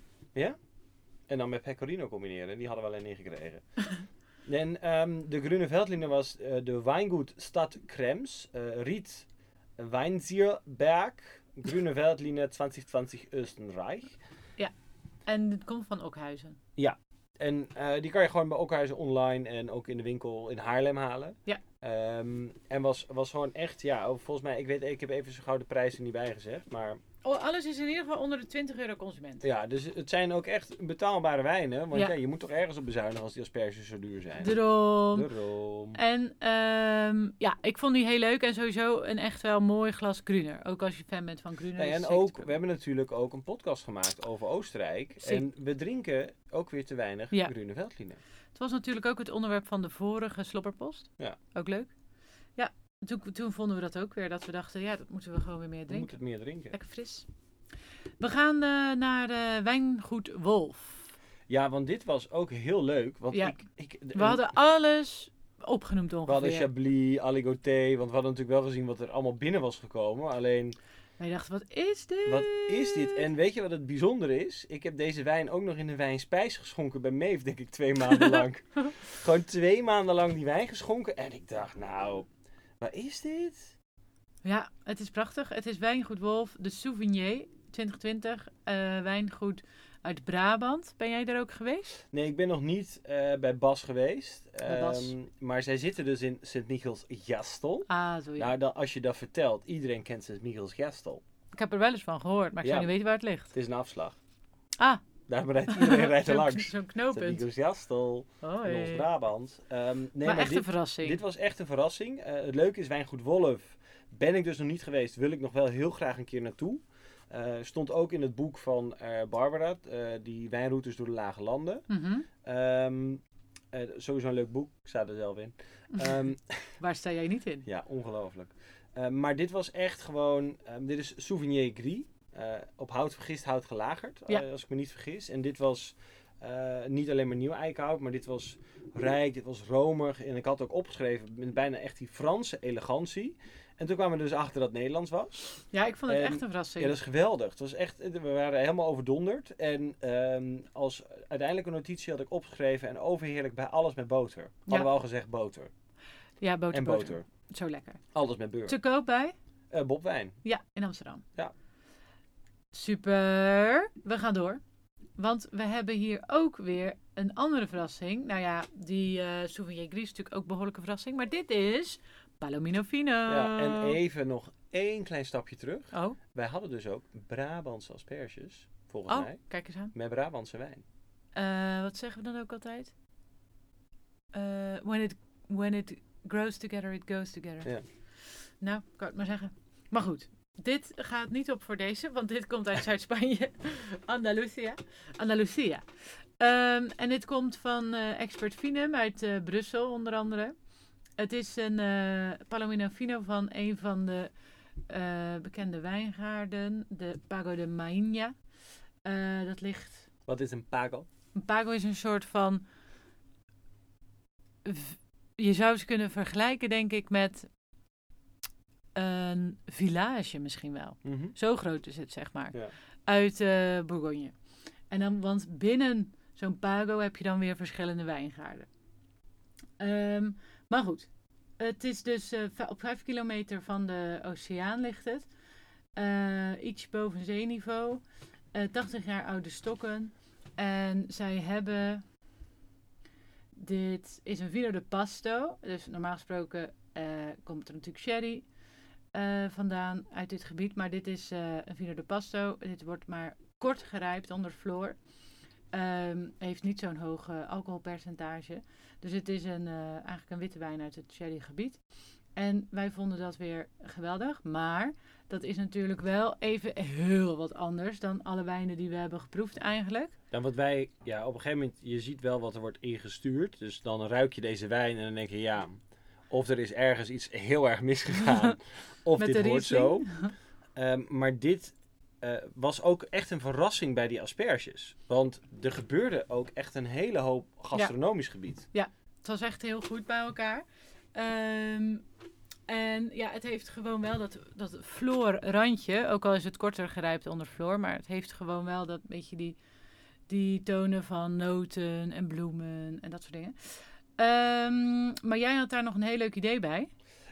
Speaker 1: En dan met pecorino combineren. Die hadden we alleen ingekregen. [LAUGHS] en ehm, de Grune Veldliner was eh, de Weingut Stad Krems. eh, Riet Weinzierberg. Grüne Veldliner 2020 Österreich.
Speaker 2: En het komt van Okhuizen.
Speaker 1: En eh, die kan je gewoon bij Okhuizen online en ook in de winkel in Haarlem halen.
Speaker 2: Ja.
Speaker 1: Ehm, en was, was gewoon echt, ja, oh, volgens mij, ik weet, ik heb even zo gauw de prijzen niet bijgezegd. Maar
Speaker 2: Oh, alles is in ieder geval onder de 20 euro consument.
Speaker 1: ja, dus het zijn ook echt betaalbare wijnen. Want ja.
Speaker 2: Ja.
Speaker 1: je moet toch ergens op bezuinigen als die asperges zo duur zijn.
Speaker 2: Droom.
Speaker 1: Daarom.
Speaker 2: En ehm, ja, ik vond die heel leuk en sowieso een echt wel mooi glas Gruner. Ook als je fan bent van Gruner.
Speaker 1: Nee,
Speaker 2: is
Speaker 1: en
Speaker 2: het zeker
Speaker 1: ook,
Speaker 2: te
Speaker 1: we hebben natuurlijk ook een podcast gemaakt over Oostenrijk.
Speaker 2: Zeker.
Speaker 1: En we drinken ook weer te weinig
Speaker 2: Ja.
Speaker 1: Grüne Veltliner.
Speaker 2: Het was natuurlijk ook het onderwerp van de vorige slopperpost.
Speaker 1: Ja.
Speaker 2: Ook leuk. Ja, toen, toen vonden we dat ook weer. Dat we dachten, ja, dat moeten we gewoon weer meer
Speaker 1: We
Speaker 2: drinken.
Speaker 1: moeten het meer drinken.
Speaker 2: Lekker fris. We gaan eh, naar eh, Wijngoed Wolf.
Speaker 1: Ja, want dit was ook heel leuk. Want
Speaker 2: Ja.
Speaker 1: ik, ik,
Speaker 2: We hadden alles opgenoemd ongeveer.
Speaker 1: we hadden Chablis, Aligoté. Want we hadden natuurlijk wel gezien wat er allemaal binnen was gekomen. Alleen,
Speaker 2: Wij dachten, wat is dit?
Speaker 1: wat is dit? En weet je wat het bijzondere is? Ik heb deze wijn ook nog in een wijnspijs geschonken bij Meef, denk ik, twee maanden
Speaker 2: [LAUGHS]
Speaker 1: lang. Gewoon twee maanden lang die wijn geschonken. En ik dacht, nou, wat is dit?
Speaker 2: Ja, het is prachtig. Het is Wijngoed Wolf, de Souvenir 2020. eh, wijngoed uit Brabant. Ben jij daar ook geweest?
Speaker 1: Nee, ik ben nog niet eh, bij Bas geweest.
Speaker 2: Bij Bas.
Speaker 1: Ehm, maar zij zitten dus in Sint-Michiels-Jastel.
Speaker 2: Ah, zo ja.
Speaker 1: Nou, dan, als je dat vertelt, iedereen kent Sint-Michiels-Jastel.
Speaker 2: Ik heb er wel eens van gehoord, maar ik
Speaker 1: Ja.
Speaker 2: zou niet weten waar het ligt.
Speaker 1: Het is een afslag.
Speaker 2: Ah,
Speaker 1: Daar rijdt
Speaker 2: [LAUGHS]
Speaker 1: iedereen [LAUGHS] rijdt er
Speaker 2: Zo'n-
Speaker 1: langs.
Speaker 2: Zo'n
Speaker 1: Dat
Speaker 2: knooppunt.
Speaker 1: enthousiastel in ons
Speaker 2: Hoi.
Speaker 1: Brabant. Ehm, nee, maar,
Speaker 2: maar echt een
Speaker 1: dit,
Speaker 2: verrassing.
Speaker 1: dit was echt een verrassing. Eh, het leuke is, Wijngoed Wolf ben ik dus nog niet geweest. Wil ik nog wel heel graag een keer naartoe. Eh, stond ook in het boek van eh, Barbara, eh, die wijnroutes door de lage landen.
Speaker 2: Mhm.
Speaker 1: Ehm, eh, sowieso een leuk boek. Ik sta er zelf in. Ehm,
Speaker 2: Waar sta jij niet in?
Speaker 1: ja, ongelooflijk. Ehm, maar dit was echt gewoon... ehm, dit is Souvenir Gris. Eh, op hout vergist, hout gelagerd.
Speaker 2: Ja.
Speaker 1: eh, als ik me niet vergis. En dit was eh, niet alleen maar nieuw eikenhout. Maar dit was rijk, dit was romig. En ik had ook opgeschreven met bijna echt die Franse elegantie. En toen kwamen we dus achter dat het Nederlands was.
Speaker 2: Ja, ik vond het
Speaker 1: En-
Speaker 2: echt een verrassing.
Speaker 1: Ja, dat is geweldig. Het was echt, eh, we waren helemaal overdonderd. En ehm, als uiteindelijke notitie had ik opgeschreven en overheerlijk bij alles met boter. Hadden we al gezegd boter.
Speaker 2: Ja, boter,
Speaker 1: en boter.
Speaker 2: boter. Zo lekker.
Speaker 1: Alles met beurten.
Speaker 2: Te koop bij?
Speaker 1: Eh, Bobwijn.
Speaker 2: Ja, in Amsterdam.
Speaker 1: Ja.
Speaker 2: Super. We gaan door. Want we hebben hier ook weer een andere verrassing. Nou ja, die eh Souvenir Gris is natuurlijk ook behoorlijke verrassing. Maar dit is Palomino Fino.
Speaker 1: Ja, en even nog één klein stapje terug.
Speaker 2: Oh,
Speaker 1: Wij hadden dus ook Brabantse asperges, volgens
Speaker 2: oh
Speaker 1: mij,
Speaker 2: kijk eens aan.
Speaker 1: met Brabantse wijn.
Speaker 2: Eh, wat zeggen we dan ook altijd? Eh, when, it, when it grows together, it goes together.
Speaker 1: Ja.
Speaker 2: Nou, kan het maar zeggen. Maar goed, dit gaat niet op voor deze, want dit komt uit Zuid-Spanje. Andalusia. Andalusia. Ehm, en dit komt van eh, Expert Finum uit eh, Brussel, onder andere. Het is een eh Palomino Fino van een van de eh, bekende wijngaarden, de Pago de Maïna. Eh, dat ligt
Speaker 1: Wat is een pago?
Speaker 2: een Pago is een soort van. v- Je zou ze kunnen vergelijken, denk ik, met een village misschien wel.
Speaker 1: Mhm.
Speaker 2: Zo groot is het, zeg maar.
Speaker 1: Ja.
Speaker 2: Uit eh Bourgogne. En dan, want binnen zo'n Pago heb je dan weer verschillende wijngaarden. Ehm, maar goed, het is dus eh, vij- op 5 kilometer van de oceaan ligt het. Eh, iets boven zeeniveau. Eh, 80 jaar oude stokken. En zij hebben. Dit is een vino de pasto. Dus normaal gesproken eh, komt er natuurlijk sherry eh, vandaan uit dit gebied. Maar dit is eh, een vino de pasto. Dit wordt maar kort gerijpt onder vloer. Ehm, heeft niet zo'n hoog eh, alcoholpercentage. Dus het is een, eh, eigenlijk een witte wijn uit het sherry gebied. En wij vonden dat weer geweldig. Maar dat is natuurlijk wel even heel wat anders dan alle wijnen die we hebben geproefd eigenlijk.
Speaker 1: Dan wat wij, ja, op een gegeven moment, je ziet wel wat er wordt ingestuurd. Dus dan ruik je deze wijn en dan denk je, ja, of er is ergens iets heel erg
Speaker 2: [LAUGHS]
Speaker 1: misgegaan. of
Speaker 2: Met
Speaker 1: dit
Speaker 2: de
Speaker 1: hoort
Speaker 2: Riesling.
Speaker 1: zo.
Speaker 2: [LAUGHS]
Speaker 1: Ehm, maar dit eh, was ook echt een verrassing bij die asperges. Want er gebeurde ook echt een hele hoop gastronomisch gebied.
Speaker 2: Het was echt heel goed bij elkaar. Ehm, en ja, het heeft gewoon wel dat, dat floor-randje. Ook al is het korter gerijpt onder floor. Maar het heeft gewoon wel dat beetje die, die tonen van noten en bloemen en dat soort dingen. Ehm, maar jij had daar nog een heel leuk idee bij.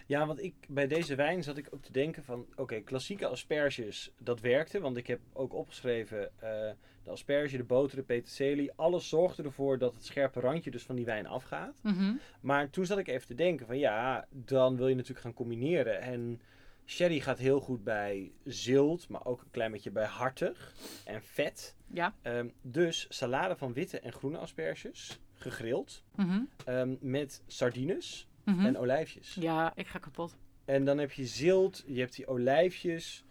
Speaker 1: Ja, want ik, bij deze wijn zat ik ook te denken van... Oké, klassieke asperges, dat werkte. Want ik heb ook opgeschreven eh, de asperge, de boter, de peterselie. Alles zorgde ervoor dat het scherpe randje dus van die wijn afgaat. Maar toen zat ik even te denken van ja, dan wil je natuurlijk gaan combineren. En sherry gaat heel goed bij zilt, maar ook een klein beetje bij hartig en vet.
Speaker 2: Ja.
Speaker 1: Ehm, dus salade van witte en groene asperges, gegrild,
Speaker 2: Mhm.
Speaker 1: ehm, met sardines
Speaker 2: Mhm.
Speaker 1: en olijfjes.
Speaker 2: Ja, ik ga kapot.
Speaker 1: En dan heb je zilt, je hebt die olijfjes.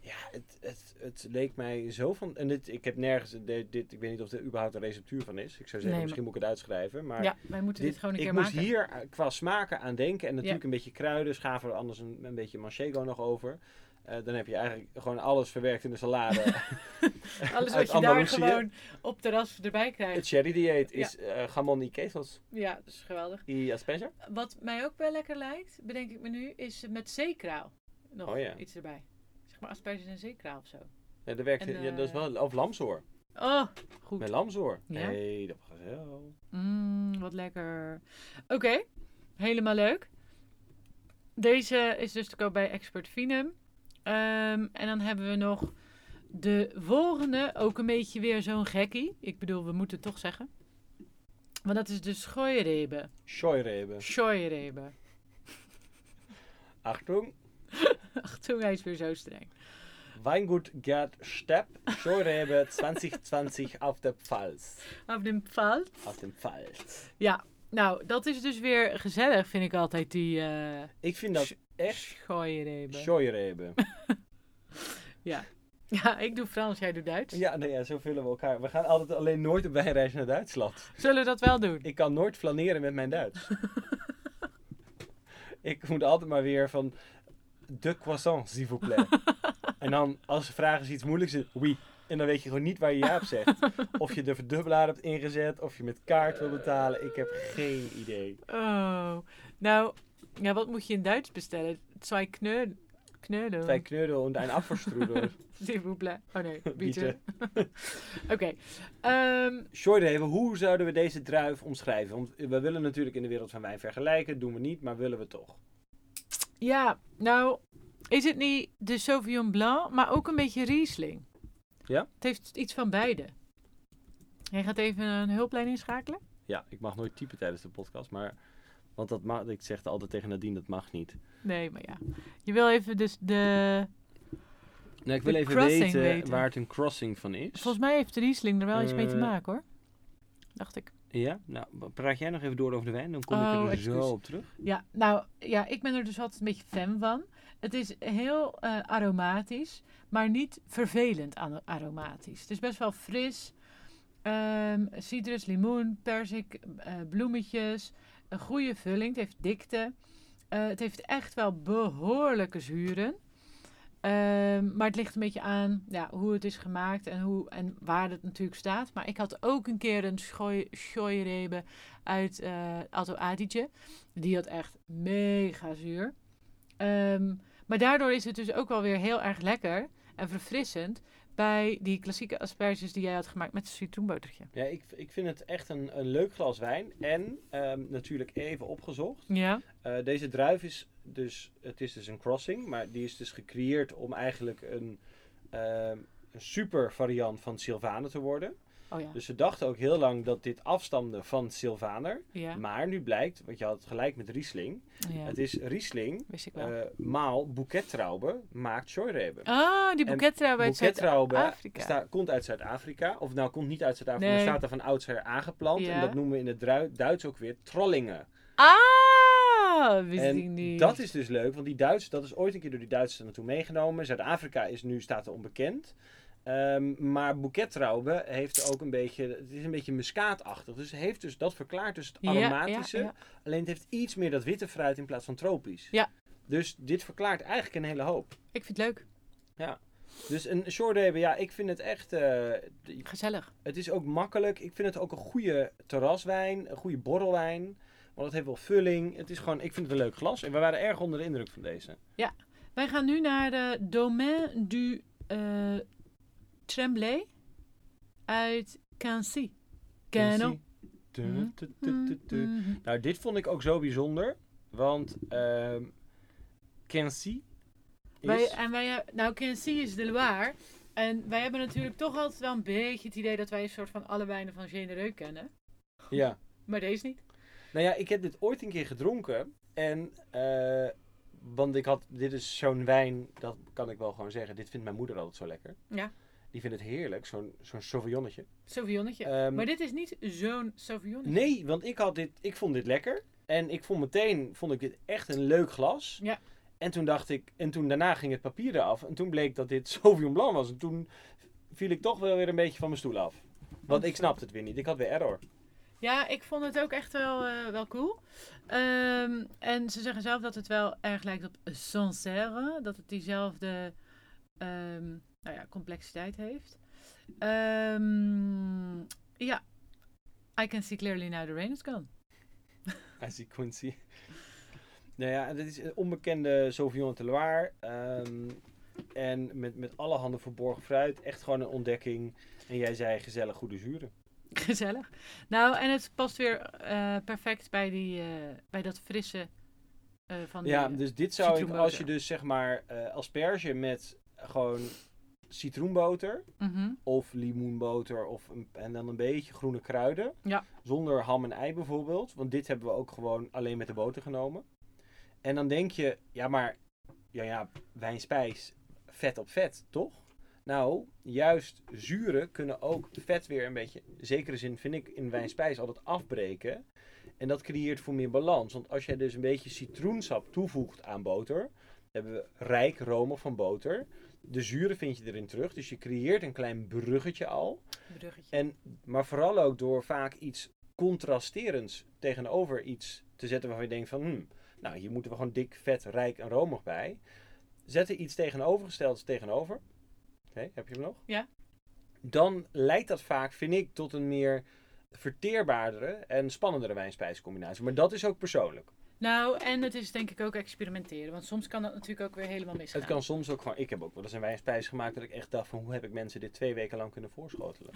Speaker 1: Ja, het, het, het leek mij zo van... En dit, ik heb nergens... Dit, dit- ik weet niet of er überhaupt een receptuur van is. Ik zou zeggen,
Speaker 2: Nee, maar-
Speaker 1: misschien moet ik het uitschrijven. Maar
Speaker 2: ja, wij moeten dit,
Speaker 1: dit-
Speaker 2: gewoon een
Speaker 1: ik
Speaker 2: keer
Speaker 1: moest
Speaker 2: maken.
Speaker 1: hier eh, qua smaken aan denken. En natuurlijk een beetje kruiden. Schaven er anders een, een beetje manchego nog over. Eh, dan heb je eigenlijk gewoon alles verwerkt in de salade.
Speaker 2: [LAUGHS]
Speaker 1: uit
Speaker 2: Alles wat je daar
Speaker 1: Andalusië.
Speaker 2: gewoon op terras erbij krijgt.
Speaker 1: het cherry dieet is eh gamon y quesos
Speaker 2: Ja, dat is geweldig.
Speaker 1: y asperger.
Speaker 2: Wat mij ook wel lekker lijkt, bedenk ik me nu, is met zeekraal. Nog
Speaker 1: Oh ja.
Speaker 2: iets erbij. Zeg maar asperges en zeekraal of zo.
Speaker 1: Ja, dat, werkt,
Speaker 2: En, eh,
Speaker 1: ja, dat is wel... Of lamsoor.
Speaker 2: Oh, goed.
Speaker 1: Met lamsoor.
Speaker 2: Ja.
Speaker 1: hey, dat was heel...
Speaker 2: Mm, wat lekker. Oké, helemaal leuk. Deze is dus te koop bij Expert Finum. Ehm, en dan hebben we nog de volgende, ook een beetje weer zo'n gekkie. Ik bedoel, we moeten het toch zeggen. Want dat is de schooierebe.
Speaker 1: Scheureben.
Speaker 2: Schooierebe.
Speaker 1: Achtung.
Speaker 2: Ach, toen hij is weer zo streng.
Speaker 1: Weingut Gerd Stepp, Schorebe 2020 auf der Pfalz.
Speaker 2: Op de Pfalz.
Speaker 1: Auf dem Pfalz.
Speaker 2: Nou, dat is dus weer gezellig, vind ik altijd, die eh
Speaker 1: Ik vind dat
Speaker 2: Sch-
Speaker 1: echt
Speaker 2: schooiereben.
Speaker 1: schooiereben.
Speaker 2: ja, ik doe Frans, jij doet Duits.
Speaker 1: Ja, nou ja, zo vullen we elkaar. We gaan altijd alleen nooit op wijnreis naar Duitsland.
Speaker 2: Zullen we dat wel doen?
Speaker 1: Ik kan nooit flaneren met mijn Duits. ik moet altijd maar weer van... De croissant, s'il vous plaît. en dan, als ze vragen ze iets moeilijks, is het oui. En dan weet je gewoon niet waar je ja op zegt. Of je de verdubbelaar hebt ingezet, of je met kaart wil betalen. Ik heb geen idee.
Speaker 2: Oh. Nou, ja, wat moet je in Duits bestellen? Zwei kneu kneulen.
Speaker 1: Twee kneudel en een afverstroeder.
Speaker 2: [LAUGHS]
Speaker 1: [LAUGHS]
Speaker 2: S'il vous plaît. Oh nee, bieten.
Speaker 1: Bieten.
Speaker 2: [LAUGHS] Oké. Ehm,
Speaker 1: Short even, hoe zouden we deze druif omschrijven? Want we willen natuurlijk in de wereld van wijn vergelijken. Doen we niet, maar willen we toch.
Speaker 2: ja, nou, is het niet de Sauvignon Blanc, maar ook een beetje Riesling?
Speaker 1: Ja.
Speaker 2: Het heeft iets van beide. Jij gaat even een hulplijn inschakelen?
Speaker 1: Ja, ik mag nooit typen tijdens de podcast, maar... Want dat mag, ik zeg altijd tegen Nadine, dat mag niet.
Speaker 2: Nee, maar ja. Je wil even dus de...
Speaker 1: Nou, ik
Speaker 2: De
Speaker 1: wil even
Speaker 2: crossing
Speaker 1: weten,
Speaker 2: weten.
Speaker 1: waar het een crossing van is.
Speaker 2: Volgens mij heeft Riesling er wel iets mee te
Speaker 1: Eh,
Speaker 2: maken, hoor. Dacht ik.
Speaker 1: Ja, nou, praat jij nog even door over de wijn, dan kom
Speaker 2: Oh,
Speaker 1: ik er dus
Speaker 2: excuus.
Speaker 1: zo op terug.
Speaker 2: Ja, nou ja, ik ben er dus altijd een beetje fan van. Het is heel eh, aromatisch, maar niet vervelend ano- aromatisch. Het is best wel fris. Ehm, citrus, limoen, persik, eh, bloemetjes. Een goede vulling. Het heeft dikte. Eh, het heeft echt wel behoorlijke zuren. Ehm, maar het ligt een beetje aan ja, hoe het is gemaakt en, hoe, en waar het natuurlijk staat. Maar ik had ook een keer een schooi- schooierebe uit eh Alto Adige. Die had echt mega zuur. Ehm, maar daardoor is het dus ook wel weer heel erg lekker en verfrissend bij die klassieke asperges die jij had gemaakt met citroenbotertje.
Speaker 1: Ja, ik, ik vind het echt een, een leuk glas wijn. En ehm, natuurlijk even opgezocht.
Speaker 2: Ja.
Speaker 1: Eh, deze druif is dus, het is dus een crossing, maar die is dus gecreëerd om eigenlijk een, ehm, een super variant van Sylvaner te worden.
Speaker 2: Oh ja.
Speaker 1: Dus ze dachten ook heel lang dat dit afstamde van Sylvaner.
Speaker 2: Ja.
Speaker 1: Maar nu blijkt, want je had het gelijk met Riesling,
Speaker 2: ja.
Speaker 1: het is Riesling
Speaker 2: Wist ik wel.
Speaker 1: eh maal boekettraube maakt Scheureben.
Speaker 2: Ah, die
Speaker 1: en
Speaker 2: boekettrauw uit Zuid-
Speaker 1: Boekettraube
Speaker 2: Afrika.
Speaker 1: sta- komt uit Zuid-Afrika, of nou komt niet uit Zuid-Afrika,
Speaker 2: Nee.
Speaker 1: maar staat er van oudsher aangeplant.
Speaker 2: Ja.
Speaker 1: En dat noemen we in het Drui- Duits ook weer trollingen.
Speaker 2: Ah, wist ik
Speaker 1: En
Speaker 2: niet.
Speaker 1: dat is dus leuk, want die Duitsers, dat is ooit een keer door die Duitsers naartoe meegenomen. Zuid-Afrika is nu, staat er onbekend. Ehm, maar Boeketraube heeft ook een beetje, het is een beetje muskaatachtig. Dus het heeft dus, dat verklaart dus het
Speaker 2: Ja, ja,
Speaker 1: aromatische.
Speaker 2: ja.
Speaker 1: Alleen het heeft iets meer dat witte fruit in plaats van tropisch.
Speaker 2: Ja.
Speaker 1: Dus dit verklaart eigenlijk een hele hoop.
Speaker 2: Ik vind het leuk.
Speaker 1: Dus een shorthaven, ja, ik vind het echt, eh,
Speaker 2: Gezellig.
Speaker 1: het is ook makkelijk. Ik vind het ook een goede terraswijn, een goede borrelwijn. Want het heeft wel vulling. Het is gewoon, ik vind het een leuk glas. En we waren erg onder de indruk van deze.
Speaker 2: Wij gaan nu naar de Domaine du eh Tremblay uit Cancy. Canon. Mhm.
Speaker 1: Tu- tu- tu- tu-
Speaker 2: Mm-hmm.
Speaker 1: tu. Nou, dit vond ik ook zo bijzonder. Want ehm Kenzie
Speaker 2: Wij,
Speaker 1: is...
Speaker 2: en wij, nou, Cancy is de Loire. En wij hebben natuurlijk toch altijd wel een beetje het idee dat wij een soort van alle wijnen van Genereux kennen.
Speaker 1: Ja.
Speaker 2: Maar deze niet.
Speaker 1: Nou ja, ik heb dit ooit een keer gedronken. En, eh, want ik had, dit is zo'n wijn, dat kan ik wel gewoon zeggen. Dit vindt mijn moeder altijd zo lekker.
Speaker 2: Ja.
Speaker 1: Die vindt het heerlijk, zo'n zo'n sauvignonnetje.
Speaker 2: Sauvignonnetje.
Speaker 1: Ehm,
Speaker 2: maar dit is niet zo'n Sauvignonnetje.
Speaker 1: Nee, want ik, had dit, ik vond dit lekker. En ik vond meteen, vond ik dit echt een leuk glas.
Speaker 2: Ja.
Speaker 1: En toen dacht ik, en toen daarna ging het papier eraf. En toen bleek dat dit [LAUGHS] Sauvignon Blanc was. En toen viel ik toch wel weer een beetje van mijn stoel af. Want ik snapte het weer niet. Ik had weer error.
Speaker 2: Ja, ik vond het ook echt wel, eh, wel cool. Ehm, en ze zeggen zelf dat het wel erg lijkt op Sancerre. Dat het diezelfde ehm, nou ja, complexiteit heeft. Ehm, ja. I can see clearly now the rain is gone.
Speaker 1: I see Quincy. nou ja, dit is een onbekende Sauvignon de Loire. Ehm, en met, met alle handen verborgen fruit. Echt gewoon een ontdekking. En jij zei gezellig goede zuren.
Speaker 2: [LAUGHS] Gezellig. Nou, en het past weer eh, perfect bij, die, eh, bij dat frisse eh, van die...
Speaker 1: Ja, dus dit zou ik,
Speaker 2: citroenboter.
Speaker 1: als je dus zeg maar eh, asperge met gewoon citroenboter
Speaker 2: Mhm.
Speaker 1: of limoenboter of een, en dan een beetje groene kruiden.
Speaker 2: Ja.
Speaker 1: Zonder ham en ei bijvoorbeeld, want dit hebben we ook gewoon alleen met de boter genomen. En dan denk je, ja maar, ja ja, wijnspijs, vet op vet, toch? Nou, juist zuren kunnen ook vet weer een beetje, in zekere zin vind ik in wijnspijs altijd afbreken. En dat creëert voor meer balans. Want als jij dus een beetje citroensap toevoegt aan boter, hebben we rijk romig van boter. De zuren vind je erin terug, dus je creëert een klein bruggetje al.
Speaker 2: Bruggetje.
Speaker 1: En, maar vooral ook door vaak iets contrasterends tegenover iets te zetten waarvan je denkt van... Hmm, nou, hier moeten we gewoon dik, vet, rijk en romig bij. Zet er iets tegenovergestelds tegenover. Oké, heb je hem nog?
Speaker 2: Ja.
Speaker 1: Dan leidt dat vaak, vind ik, tot een meer verteerbaardere en spannendere wijnspijscombinatie. Maar dat is ook persoonlijk.
Speaker 2: Nou, en het is denk ik ook experimenteren. Want soms kan dat natuurlijk ook weer helemaal misgaan.
Speaker 1: Het kan soms ook gewoon... Ik heb ook wel eens een wijnspijs gemaakt dat ik echt dacht van... Hoe heb ik mensen dit twee weken lang kunnen
Speaker 2: [LAUGHS]
Speaker 1: voorschotelen?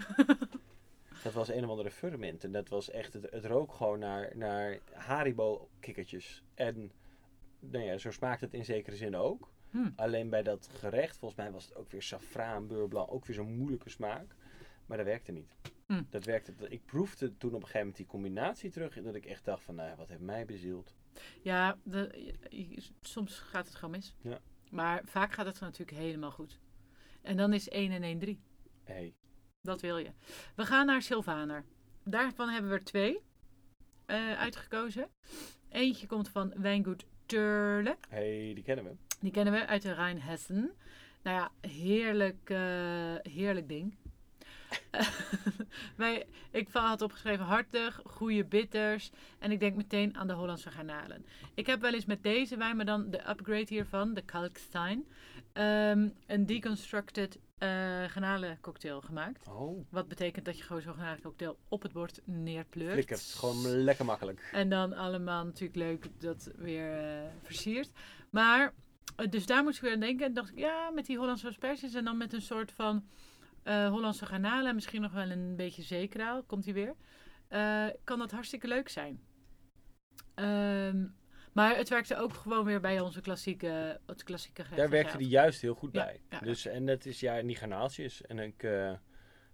Speaker 1: dat was een of andere ferment. En dat was echt... Het, het rook gewoon naar, naar Haribo-kikkertjes. En nou ja, zo smaakt het in zekere zin ook.
Speaker 2: Hmm.
Speaker 1: Alleen bij dat gerecht, volgens mij was het ook weer safraan, beurre blanc, ook weer zo'n moeilijke smaak. Maar dat werkte niet.
Speaker 2: Hmm.
Speaker 1: Dat werkte, ik proefde toen op een gegeven moment die combinatie terug. En dat ik echt dacht van, nou ja, wat heeft mij bezield.
Speaker 2: Ja, de- je- je- soms gaat het gewoon mis.
Speaker 1: Ja.
Speaker 2: Maar vaak gaat het natuurlijk helemaal goed. En dan is 1 en 1 3.
Speaker 1: Hey.
Speaker 2: Dat wil je. We gaan naar Sylvaner. Daarvan hebben we er twee eh, uitgekozen. Eentje komt van Wijngoed Turle.
Speaker 1: hey, die kennen we.
Speaker 2: Die kennen we uit de Rijnhessen. Nou ja, heerlijk, eh, heerlijk ding. [LAUGHS] Wij, ik had opgeschreven hartig, goede bitters. En ik denk meteen aan de Hollandse garnalen. Ik heb wel eens met deze wijn, maar dan de upgrade hiervan, de Kalkstein, ehm, een deconstructed eh garnalen cocktail gemaakt.
Speaker 1: Oh,
Speaker 2: Wat betekent dat je gewoon zo'n garnalen cocktail op het bord neerpleurt.
Speaker 1: flikkert. Gewoon lekker makkelijk.
Speaker 2: En dan allemaal natuurlijk leuk dat weer eh, versierd. Maar, eh, dus daar moest ik weer aan denken. En dacht ik, ja, met die Hollandse asperges en dan met een soort van eh, Hollandse garnalen. en Misschien nog wel een beetje zekeraal, komt die weer. eh, kan dat hartstikke leuk zijn. Ehm, maar het werkte ook gewoon weer bij onze klassieke, het klassieke gerecht.
Speaker 1: Daar werkte die juist heel goed
Speaker 2: Ja,
Speaker 1: bij.
Speaker 2: ja.
Speaker 1: Dus, en dat is ja, in die garnaaltjes. En ik, eh,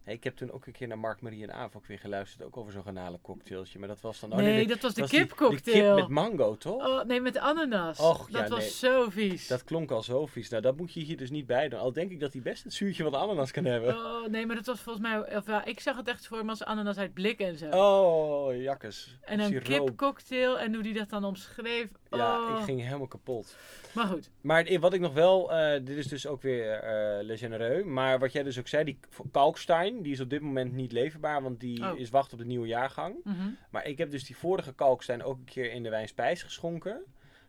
Speaker 1: hey, ik heb toen ook een keer naar Mark Marie en Aaf ook weer geluisterd. Ook over zo'n garnalencocktailtje. Maar dat was dan... oh,
Speaker 2: nee,
Speaker 1: dit-
Speaker 2: dat was de
Speaker 1: was die-
Speaker 2: kipcocktail.
Speaker 1: De kip met mango, toch?
Speaker 2: oh, nee, met ananas.
Speaker 1: Och,
Speaker 2: dat
Speaker 1: ja,
Speaker 2: was
Speaker 1: nee.
Speaker 2: zo vies.
Speaker 1: Dat klonk al zo vies. Nou, dat moet je hier dus niet bij doen. Al denk ik dat hij best het zuurtje van de ananas kan hebben.
Speaker 2: Oh, nee, maar dat was volgens mij... Of, ja, ik zag het echt voor me als ananas uit blik en zo.
Speaker 1: Oh, jakkes.
Speaker 2: en een
Speaker 1: Siroop.
Speaker 2: kipcocktail en hoe die dat dan omschreef. Oh.
Speaker 1: Ja, ik ging helemaal kapot.
Speaker 2: Maar goed,
Speaker 1: Maar i- wat ik nog wel, eh, dit is dus ook weer eh Le Genereux. Maar wat jij dus ook zei, die k- Kalkstein, die is op dit moment niet leverbaar. Want die
Speaker 2: Oh.
Speaker 1: is wacht op de nieuwe jaargang.
Speaker 2: mhm.
Speaker 1: Maar ik heb dus die vorige Kalkstein ook een keer in de wijnspijs geschonken.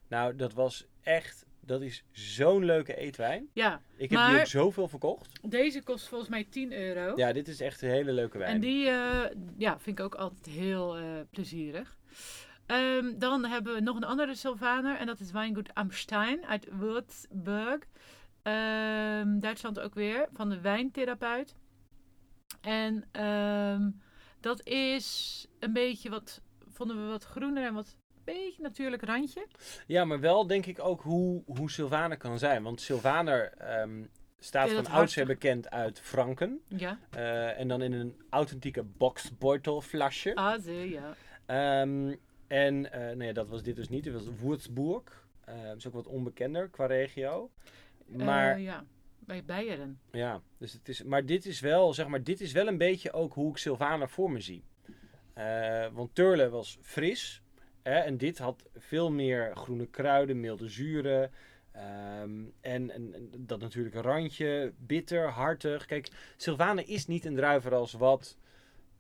Speaker 1: Nou, dat was echt, dat is zo'n leuke eetwijn.
Speaker 2: ja,
Speaker 1: Ik heb
Speaker 2: Maar-
Speaker 1: die ook zoveel verkocht.
Speaker 2: deze kost volgens mij 10 euro.
Speaker 1: Ja, dit is echt een hele leuke wijn.
Speaker 2: en die eh, ja, vind ik ook altijd heel eh, plezierig. Ehm, dan hebben we nog een andere Sylvaner en dat is Weingut Amstein uit Würzburg. Ehm, Duitsland ook weer, van de wijntherapeut. En ehm, dat is een beetje wat, vonden we wat groener en wat beetje natuurlijk randje.
Speaker 1: Ja, maar wel denk ik ook hoe, hoe Sylvaner kan zijn. Want Sylvaner ehm, staat
Speaker 2: Ja, dat
Speaker 1: van oudsher
Speaker 2: hartig-
Speaker 1: bekend uit Franken.
Speaker 2: Ja,
Speaker 1: eh, en dan in een authentieke boxbeutelflasje.
Speaker 2: ah, zie, ja.
Speaker 1: Ehm, en eh nee, dat was dit dus niet. Dit was Würzburg. Eh, is ook wat onbekender qua regio. Maar
Speaker 2: Eh, ja, bij Beieren.
Speaker 1: ja, dus het is, maar dit is wel, zeg maar, dit is wel een beetje ook hoe ik Sylvaner voor me zie. Eh, want Turle was fris. Hè, en dit had veel meer groene kruiden, milde zuren. ehm, en, en, en dat natuurlijk een randje, bitter, hartig. Kijk, Sylvaner is niet een druiver als wat,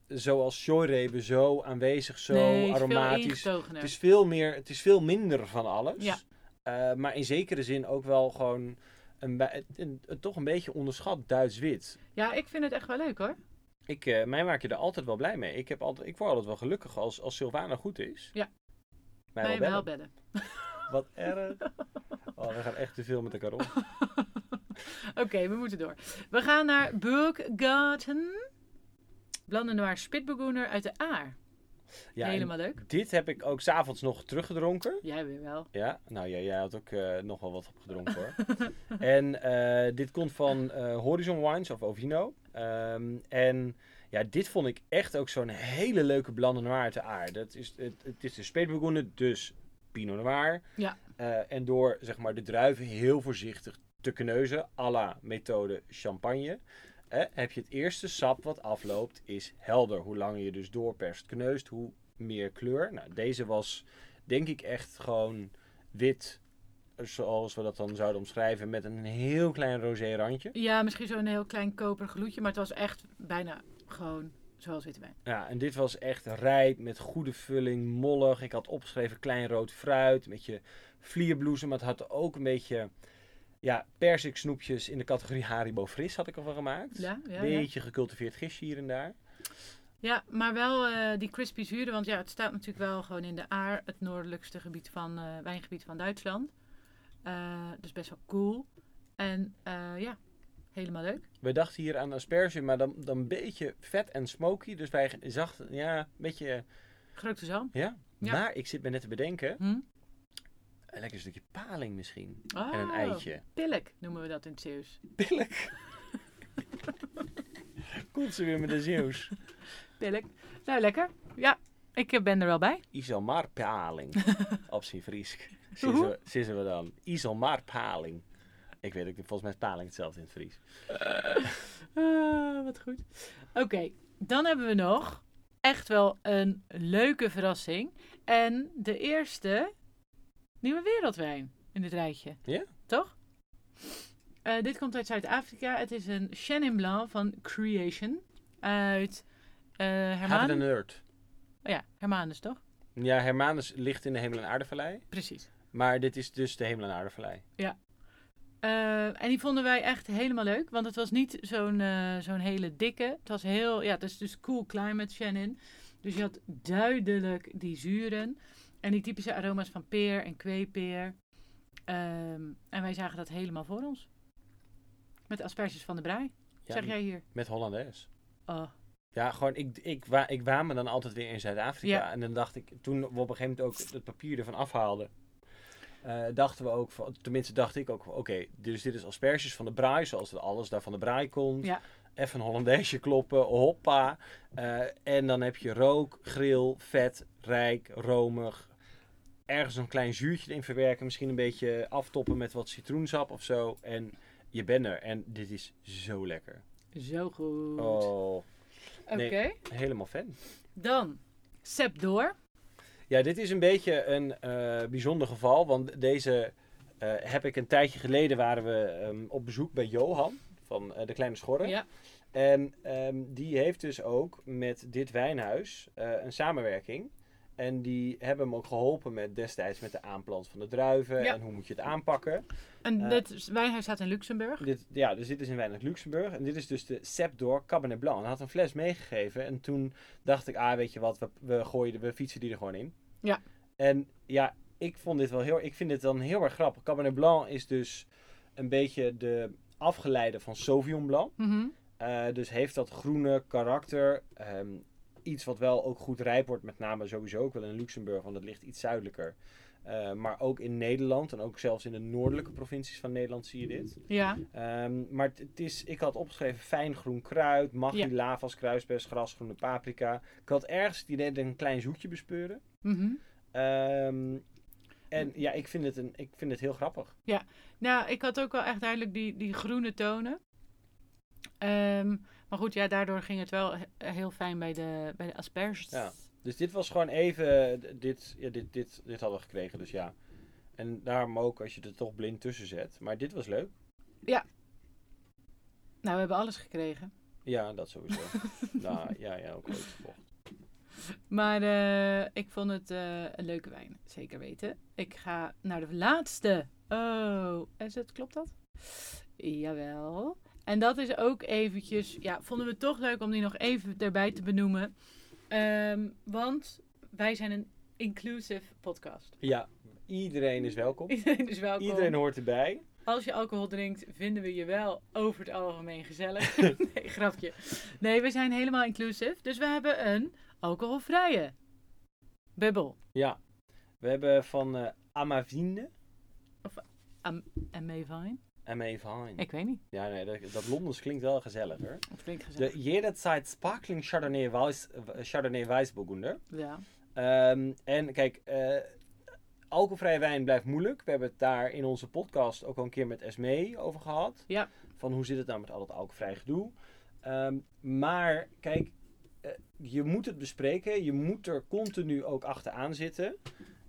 Speaker 1: zoals Sjooirebe, zo aanwezig, zo
Speaker 2: nee, het is veel
Speaker 1: aromatisch.
Speaker 2: ingetogener.
Speaker 1: Het is veel meer, het is veel minder van alles.
Speaker 2: Ja.
Speaker 1: Eh, maar in zekere zin ook wel gewoon een, bij- een- een- toch een beetje onderschat Duits-wit.
Speaker 2: Ja, ik vind het echt wel leuk hoor.
Speaker 1: Ik, eh, mij maak je er altijd wel blij mee. Ik, heb altijd, ik word altijd wel gelukkig als, als Sylvana goed is.
Speaker 2: Ja.
Speaker 1: Mij wel bellen.
Speaker 2: bellen.
Speaker 1: Wat erg.
Speaker 2: [LAUGHS]
Speaker 1: Oh, we gaan echt te veel met elkaar om.
Speaker 2: Oké, we moeten door. We gaan naar Burggarten. Blandenoir Spitbegoener uit de Aar.
Speaker 1: Ja, en
Speaker 2: Helemaal leuk.
Speaker 1: Dit heb ik ook s'avonds nog teruggedronken.
Speaker 2: Jij weer wel.
Speaker 1: Ja, nou ja, jij had ook eh, nog wel wat opgedronken hoor.
Speaker 2: [LAUGHS]
Speaker 1: en eh, dit komt van eh, Horizon Wines of Ovino. Ehm, en ja, dit vond ik echt ook zo'n hele leuke Blanc de Noir uit de aard. Het is, het, het is de Speetburgoende, dus Pinot Noir.
Speaker 2: Ja.
Speaker 1: Eh, en door zeg maar, de druiven heel voorzichtig te kneuzen, à la methode champagne. Eh, heb je het eerste sap wat afloopt, is helder. Hoe langer je dus doorperst, kneust, hoe meer kleur. Nou, deze was denk ik echt gewoon wit, zoals we dat dan zouden omschrijven, met een heel klein rosé randje.
Speaker 2: Ja, misschien zo'n heel klein koper gloedje, maar het was echt bijna gewoon zoals witte wijn.
Speaker 1: Ja, en dit was echt rijp, met goede vulling, mollig. Ik had opgeschreven klein rood fruit, een beetje vlierbloesem. Maar het had ook een beetje ja, persiksnoepjes in de categorie Haribo fris had ik ervan gemaakt.
Speaker 2: Ja, ja, ja.
Speaker 1: beetje gecultiveerd gist hier en daar.
Speaker 2: ja maar wel eh, die crispy zuren, want ja, het staat natuurlijk wel gewoon in de Aar, het noordelijkste gebied van, eh, wijngebied van Duitsland. Eh, dus best wel cool. En eh, ja, helemaal leuk.
Speaker 1: We dachten hier aan asperge, maar dan, dan een beetje vet en smoky. Dus wij zachten, ja, een beetje,
Speaker 2: Grote zalm.
Speaker 1: ja.
Speaker 2: Ja.
Speaker 1: Maar ik zit me net te bedenken,
Speaker 2: Hm?
Speaker 1: een lekker stukje paling misschien.
Speaker 2: Oh,
Speaker 1: En een eitje. [LAUGHS]
Speaker 2: Pilk noemen we dat in het Zeeuws.
Speaker 1: Billig. Komt ze weer met de Zeeuws.
Speaker 2: Pilk. Nou, lekker. Ja, ik eh, ben er wel bij.
Speaker 1: Iselmar
Speaker 2: [LAUGHS]
Speaker 1: paling. Op zijn Fries.
Speaker 2: Hoe?
Speaker 1: Zissen we dan. Iselmar paling. Ik weet het, volgens mij is paling hetzelfde in het Fries.
Speaker 2: Ah, wat goed. Oké, dan hebben we nog echt wel een leuke verrassing. En de eerste nieuwe wereldwijn in dit rijtje.
Speaker 1: Ja.
Speaker 2: Toch? Eh, dit komt uit Zuid-Afrika. Het is een Chenin Blanc van Creation. Uit eh
Speaker 1: Have the
Speaker 2: Hermanus.
Speaker 1: nerd.
Speaker 2: Oh ja, Hermanus toch?
Speaker 1: Ja, Hermanus ligt in de Hemel- en Aardevallei.
Speaker 2: Precies.
Speaker 1: Maar dit is dus de Hemel- en Aardevallei.
Speaker 2: Eh, en die vonden wij echt helemaal leuk. Want het was niet zo'n eh, zo'n hele dikke. Het was heel, ja, het is dus cool climate Shannon. Dus je had duidelijk die zuren. En die typische aroma's van peer en kweepeer. Ehm, en wij zagen dat helemaal voor ons. Met asperges van de braai.
Speaker 1: Ja,
Speaker 2: zeg jij hier.
Speaker 1: Met Hollandaise.
Speaker 2: Oh,
Speaker 1: Ja, gewoon, ik, ik, wa, ik waan me dan altijd weer in Zuid-Afrika.
Speaker 2: Ja.
Speaker 1: En dan dacht ik, toen we op een gegeven moment ook het papier ervan afhaalden, eh, dachten we ook, van, tenminste dacht ik ook, van, oké, dus dit is asperges van de braai, zoals dat alles daar van de braai komt.
Speaker 2: Ja.
Speaker 1: Even een Hollandaise kloppen, hoppa. Eh, en dan heb je rook, grill, vet, rijk, romig. Ergens een klein zuurtje erin verwerken, misschien een beetje aftoppen met wat citroensap of zo. En je bent er. En dit is zo lekker.
Speaker 2: zo goed.
Speaker 1: Oh,
Speaker 2: Oké,
Speaker 1: nee. helemaal fan.
Speaker 2: dan Sep door.
Speaker 1: Ja, dit is een beetje een eh, bijzonder geval. Want deze eh, heb ik een tijdje geleden waren we ehm, op bezoek bij Johan van eh, de Kleine Schorre.
Speaker 2: Ja,
Speaker 1: En ehm, die heeft dus ook met dit wijnhuis eh, een samenwerking. En die hebben hem ook geholpen met destijds met de aanplant van de druiven.
Speaker 2: Ja.
Speaker 1: En hoe moet je het aanpakken.
Speaker 2: en
Speaker 1: Eh.
Speaker 2: dit wijnhuis staat in Luxemburg.
Speaker 1: Dit, ja, dus dit is in wijn uit Luxemburg. En dit is dus de Sep d'Or Cabernet Blanc. En Hij had een fles meegegeven. En toen dacht ik, ah, weet je wat, we, we, gooien, de- we fietsen die er gewoon in.
Speaker 2: Ja.
Speaker 1: En ja, ik vond dit wel heel, ik vind dit dan heel erg grappig. Cabernet Blanc is dus een beetje de afgeleide van Sauvignon Blanc.
Speaker 2: Mhm.
Speaker 1: Eh, dus heeft dat groene karakter. ehm, iets wat wel ook goed rijp wordt, met name sowieso ook wel in Luxemburg, want het ligt iets zuidelijker. Eh, maar ook in Nederland en ook zelfs in de noordelijke provincies van Nederland zie je dit.
Speaker 2: Ja,
Speaker 1: Ehm, maar het- het is, ik had opgeschreven fijn groen kruid, maggi,
Speaker 2: Ja.
Speaker 1: lavas, kruisbes, gras, groene paprika. Ik had ergens het idee dat ik een klein zoetje bespeurde.
Speaker 2: Mhm.
Speaker 1: Ehm, en ja, ik vind, het een, ik vind het heel grappig.
Speaker 2: Nou, ik had ook wel echt duidelijk die, die groene tonen. Ehm, maar goed, ja, daardoor ging het wel he- heel fijn bij de, bij de asperges.
Speaker 1: Ja. Dus dit was gewoon even, d- dit, ja, dit, dit, dit hadden we gekregen, dus ja. En daarom ook als je er toch blind tussen zet. Maar dit was leuk.
Speaker 2: Nou, we hebben alles gekregen.
Speaker 1: Ja, dat sowieso.
Speaker 2: [LAUGHS]
Speaker 1: nou, ja, ja, ook leuk gekocht.
Speaker 2: Maar eh, ik vond het eh, een leuke wijn, zeker weten. Ik ga naar de laatste. Oh, is het, klopt dat? Jawel. En dat is ook eventjes, ja, vonden we het toch leuk om die nog even erbij te benoemen. Ehm, want wij zijn een inclusive podcast. [LAUGHS]
Speaker 1: Ja, iedereen is welkom.
Speaker 2: Iedereen is welkom.
Speaker 1: Iedereen hoort erbij.
Speaker 2: Als je alcohol drinkt, vinden we je wel over het algemeen
Speaker 1: [LAUGHS]
Speaker 2: gezellig. nee, grapje. Nee, we zijn helemaal inclusief. Dus we hebben een alcoholvrije bubbel.
Speaker 1: Ja. We hebben van eh, Amavine
Speaker 2: En Mayvine?
Speaker 1: en Mavine.
Speaker 2: Ik weet niet.
Speaker 1: Ja, nee, dat, dat Londens klinkt wel gezelliger.
Speaker 2: Het klinkt gezellig.
Speaker 1: De jederzeit sparkling Chardonnay, Weiss, Chardonnay Weissburgunder.
Speaker 2: Ja.
Speaker 1: Ehm, en kijk, eh, alcoholvrije wijn blijft moeilijk. We hebben het daar in onze podcast ook al een keer met Esme over gehad.
Speaker 2: Ja.
Speaker 1: Van hoe zit het nou met al dat alcoholvrij gedoe. Ehm, maar kijk, eh, je moet het bespreken. Je moet er continu ook achteraan zitten.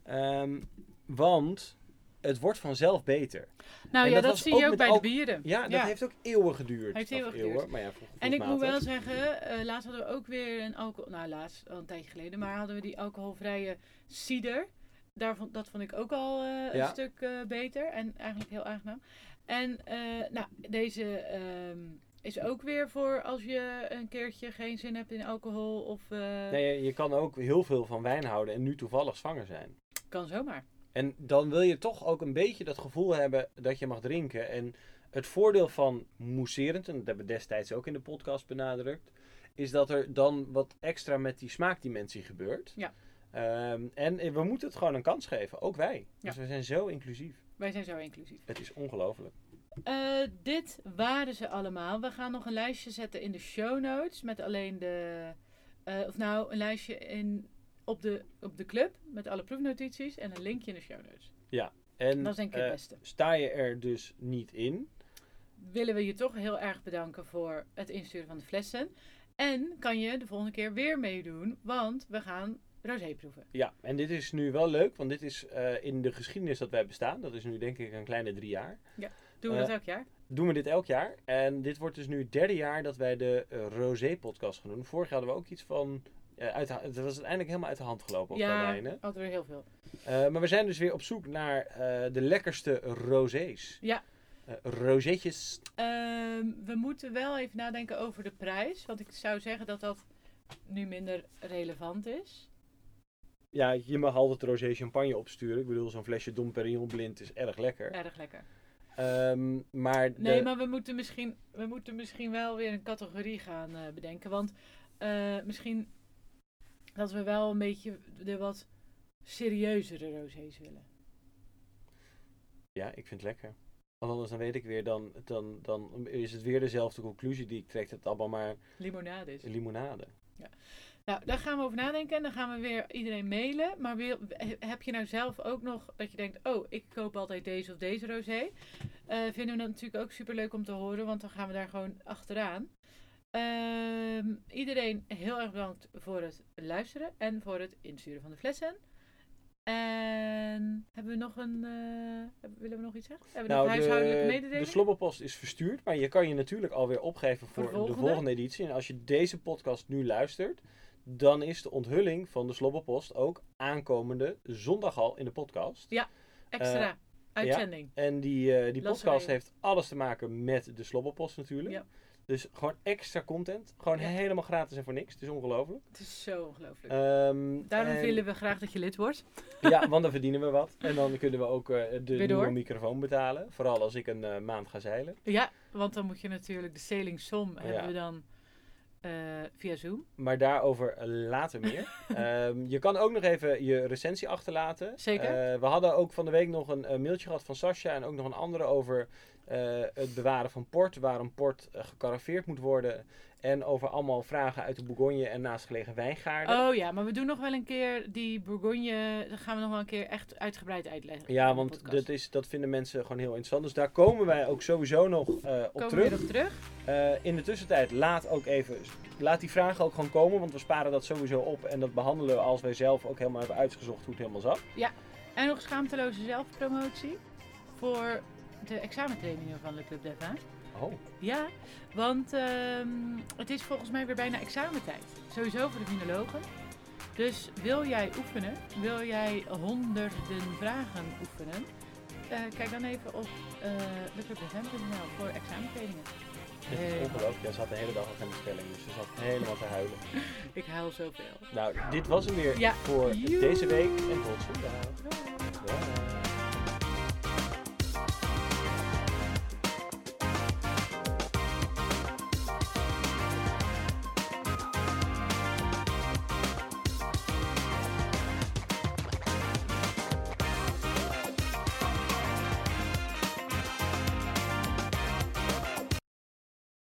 Speaker 1: Ehm, want het wordt vanzelf beter.
Speaker 2: Nou
Speaker 1: En
Speaker 2: ja,
Speaker 1: dat
Speaker 2: dat,
Speaker 1: was
Speaker 2: zie
Speaker 1: ook
Speaker 2: je ook
Speaker 1: met
Speaker 2: bij
Speaker 1: alk-
Speaker 2: de bieren.
Speaker 1: Ja, dat heeft ook eeuwen geduurd.
Speaker 2: Heeft
Speaker 1: Of
Speaker 2: eeuwen geduurd.
Speaker 1: maar ja, voor
Speaker 2: En ik moet
Speaker 1: gevoelsmatig.
Speaker 2: wel zeggen, eh, laatst hadden we ook weer een alcohol... Nou, laatst, al een tijdje geleden. Maar hadden we die alcoholvrije cider. Daarvan, dat vond ik ook al eh,
Speaker 1: Ja.
Speaker 2: een stuk eh, beter. En eigenlijk heel aangenaam. En eh, nou, deze ehm, is ook weer voor als je een keertje geen zin hebt in alcohol. Of eh,
Speaker 1: Nee, je- je kan ook heel veel van wijn houden en nu toevallig zwanger zijn.
Speaker 2: kan zomaar.
Speaker 1: En dan wil je toch ook een beetje dat gevoel hebben dat je mag drinken. En het voordeel van mousserend, en dat hebben we destijds ook in de podcast benadrukt, is dat er dan wat extra met die smaakdimensie gebeurt.
Speaker 2: Ja.
Speaker 1: Ehm, en we moeten het gewoon een kans geven, ook wij. Dus we zijn zo inclusief.
Speaker 2: Wij zijn zo inclusief.
Speaker 1: Het is ongelooflijk.
Speaker 2: Eh, dit waren ze allemaal. We gaan nog een lijstje zetten in de show notes met alleen de. eh, of nou, een lijstje in, op, de, op de club met alle proefnotities en een linkje in de show notes.
Speaker 1: En
Speaker 2: Dat is denk ik het
Speaker 1: eh,
Speaker 2: beste.
Speaker 1: sta je er dus niet in?
Speaker 2: Willen we je toch heel erg bedanken voor het insturen van de flessen. En kan je de volgende keer weer meedoen, want we gaan rosé proeven.
Speaker 1: Ja, en dit is nu wel leuk, want dit is eh, in de geschiedenis dat wij bestaan. Dat is nu denk ik een kleine drie jaar.
Speaker 2: Doen we
Speaker 1: Eh,
Speaker 2: dat elk jaar?
Speaker 1: doen we dit elk jaar. En dit wordt dus nu het derde jaar dat wij de eh, Rosé-podcast gaan doen. Vorig jaar hadden we ook iets van... eh, uit de ha- het was uiteindelijk helemaal uit de hand gelopen op de
Speaker 2: Ja,
Speaker 1: lijnen.
Speaker 2: altijd weer heel veel.
Speaker 1: Eh, maar we zijn dus weer op zoek naar eh, de lekkerste rosés.
Speaker 2: Ja.
Speaker 1: Eh, rozetjes.
Speaker 2: Ehm, we moeten wel even nadenken over de prijs, want ik zou zeggen dat dat nu minder relevant is.
Speaker 1: Ja, je mag altijd rosé champagne opsturen. Ik bedoel, zo'n flesje Dom Perignon blind is erg lekker.
Speaker 2: Erg lekker.
Speaker 1: Ehm, maar, de-
Speaker 2: Nee, maar we moeten, misschien, we moeten misschien wel weer een categorie gaan eh, bedenken. Want eh, misschien dat we wel een beetje de wat serieuzere rosés willen.
Speaker 1: ja, ik vind het lekker. Want anders dan weet ik weer, dan, dan, dan is het weer dezelfde conclusie die ik trek. Het allemaal maar
Speaker 2: Limonades.
Speaker 1: limonade.
Speaker 2: Nou, daar gaan we over nadenken en dan gaan we weer iedereen mailen. Maar wil, he- heb je nou zelf ook nog dat je denkt, oh, ik koop altijd deze of deze rosé. Eh, vinden we dat natuurlijk ook super leuk om te horen, want dan gaan we daar gewoon achteraan. Ehm, iedereen heel erg bedankt voor het luisteren en voor het insturen van de flessen. En hebben we nog een, eh, hebben- willen we nog iets zeggen? Hebben we nog huishoudelijke
Speaker 1: Nou, de
Speaker 2: mededelingen?
Speaker 1: slobberpost is verstuurd, maar je kan je natuurlijk alweer opgeven voor, de, volgende. editie. En als je deze podcast nu luistert, dan is de onthulling van de slobberpost ook aankomende zondag al in de podcast.
Speaker 2: Extra
Speaker 1: eh,
Speaker 2: uitzending.
Speaker 1: En die, eh, die
Speaker 2: Las
Speaker 1: podcast
Speaker 2: erin.
Speaker 1: heeft alles te maken met de slobberpost natuurlijk.
Speaker 2: Ja.
Speaker 1: Dus gewoon extra content. Gewoon
Speaker 2: Ja.
Speaker 1: helemaal gratis en voor niks. Het is ongelooflijk.
Speaker 2: Het is zo ongelooflijk.
Speaker 1: Ehm,
Speaker 2: Daarom
Speaker 1: en-
Speaker 2: willen we graag dat je lid wordt.
Speaker 1: [LAUGHS] Ja, want dan verdienen we wat. En dan kunnen we ook eh, de
Speaker 2: Weer
Speaker 1: nieuwe
Speaker 2: door.
Speaker 1: microfoon betalen. Vooral als ik een eh, maand ga zeilen.
Speaker 2: Ja, want dan moet je natuurlijk de selingsom
Speaker 1: Ja.
Speaker 2: hebben we dan eh, via Zoom.
Speaker 1: Maar daarover eh, later
Speaker 2: [LAUGHS]
Speaker 1: meer. Ehm, je kan ook nog even je recensie achterlaten.
Speaker 2: Zeker.
Speaker 1: Eh, we hadden ook van de week nog een eh, mailtje gehad van Sascha en ook nog een andere over eh, het bewaren van port. Waarom port eh, gecaraveerd moet worden. En over allemaal vragen uit de Bourgogne en naastgelegen wijngaarden.
Speaker 2: Oh ja, maar we doen nog wel een keer die Bourgogne. Dat gaan we nog wel een keer echt uitgebreid uitleggen.
Speaker 1: Ja,
Speaker 2: in de
Speaker 1: want
Speaker 2: podcast.
Speaker 1: dat, is, dat vinden mensen gewoon heel interessant. Dus daar komen wij ook sowieso nog eh, op
Speaker 2: Komen we
Speaker 1: terug.
Speaker 2: weer op terug.
Speaker 1: Eh, in de tussentijd laat ook even. Laat die vragen ook gewoon komen, want we sparen dat sowieso op. En dat behandelen we als wij zelf ook helemaal hebben uitgezocht hoe het helemaal zat.
Speaker 2: En nog schaamteloze zelfpromotie voor de examentrainingen van Le Club Deva.
Speaker 1: Oh.
Speaker 2: Ja, want ehm, het is volgens mij weer bijna examentijd. Sowieso voor de vinologen. Dus wil jij oefenen, wil jij honderden vragen oefenen, eh, kijk dan even op eh www.hem.nl nou, voor examentrainingen.
Speaker 1: Het is
Speaker 2: Hey.
Speaker 1: ongelooflijk. Jij zat de hele dag al in de stelling, dus ze zat helemaal te huilen.
Speaker 2: Ik huil zoveel.
Speaker 1: Nou, dit was hem weer
Speaker 2: Ja.
Speaker 1: voor
Speaker 2: Joe.
Speaker 1: deze week en tot zondag.
Speaker 2: Doei.
Speaker 1: Doei.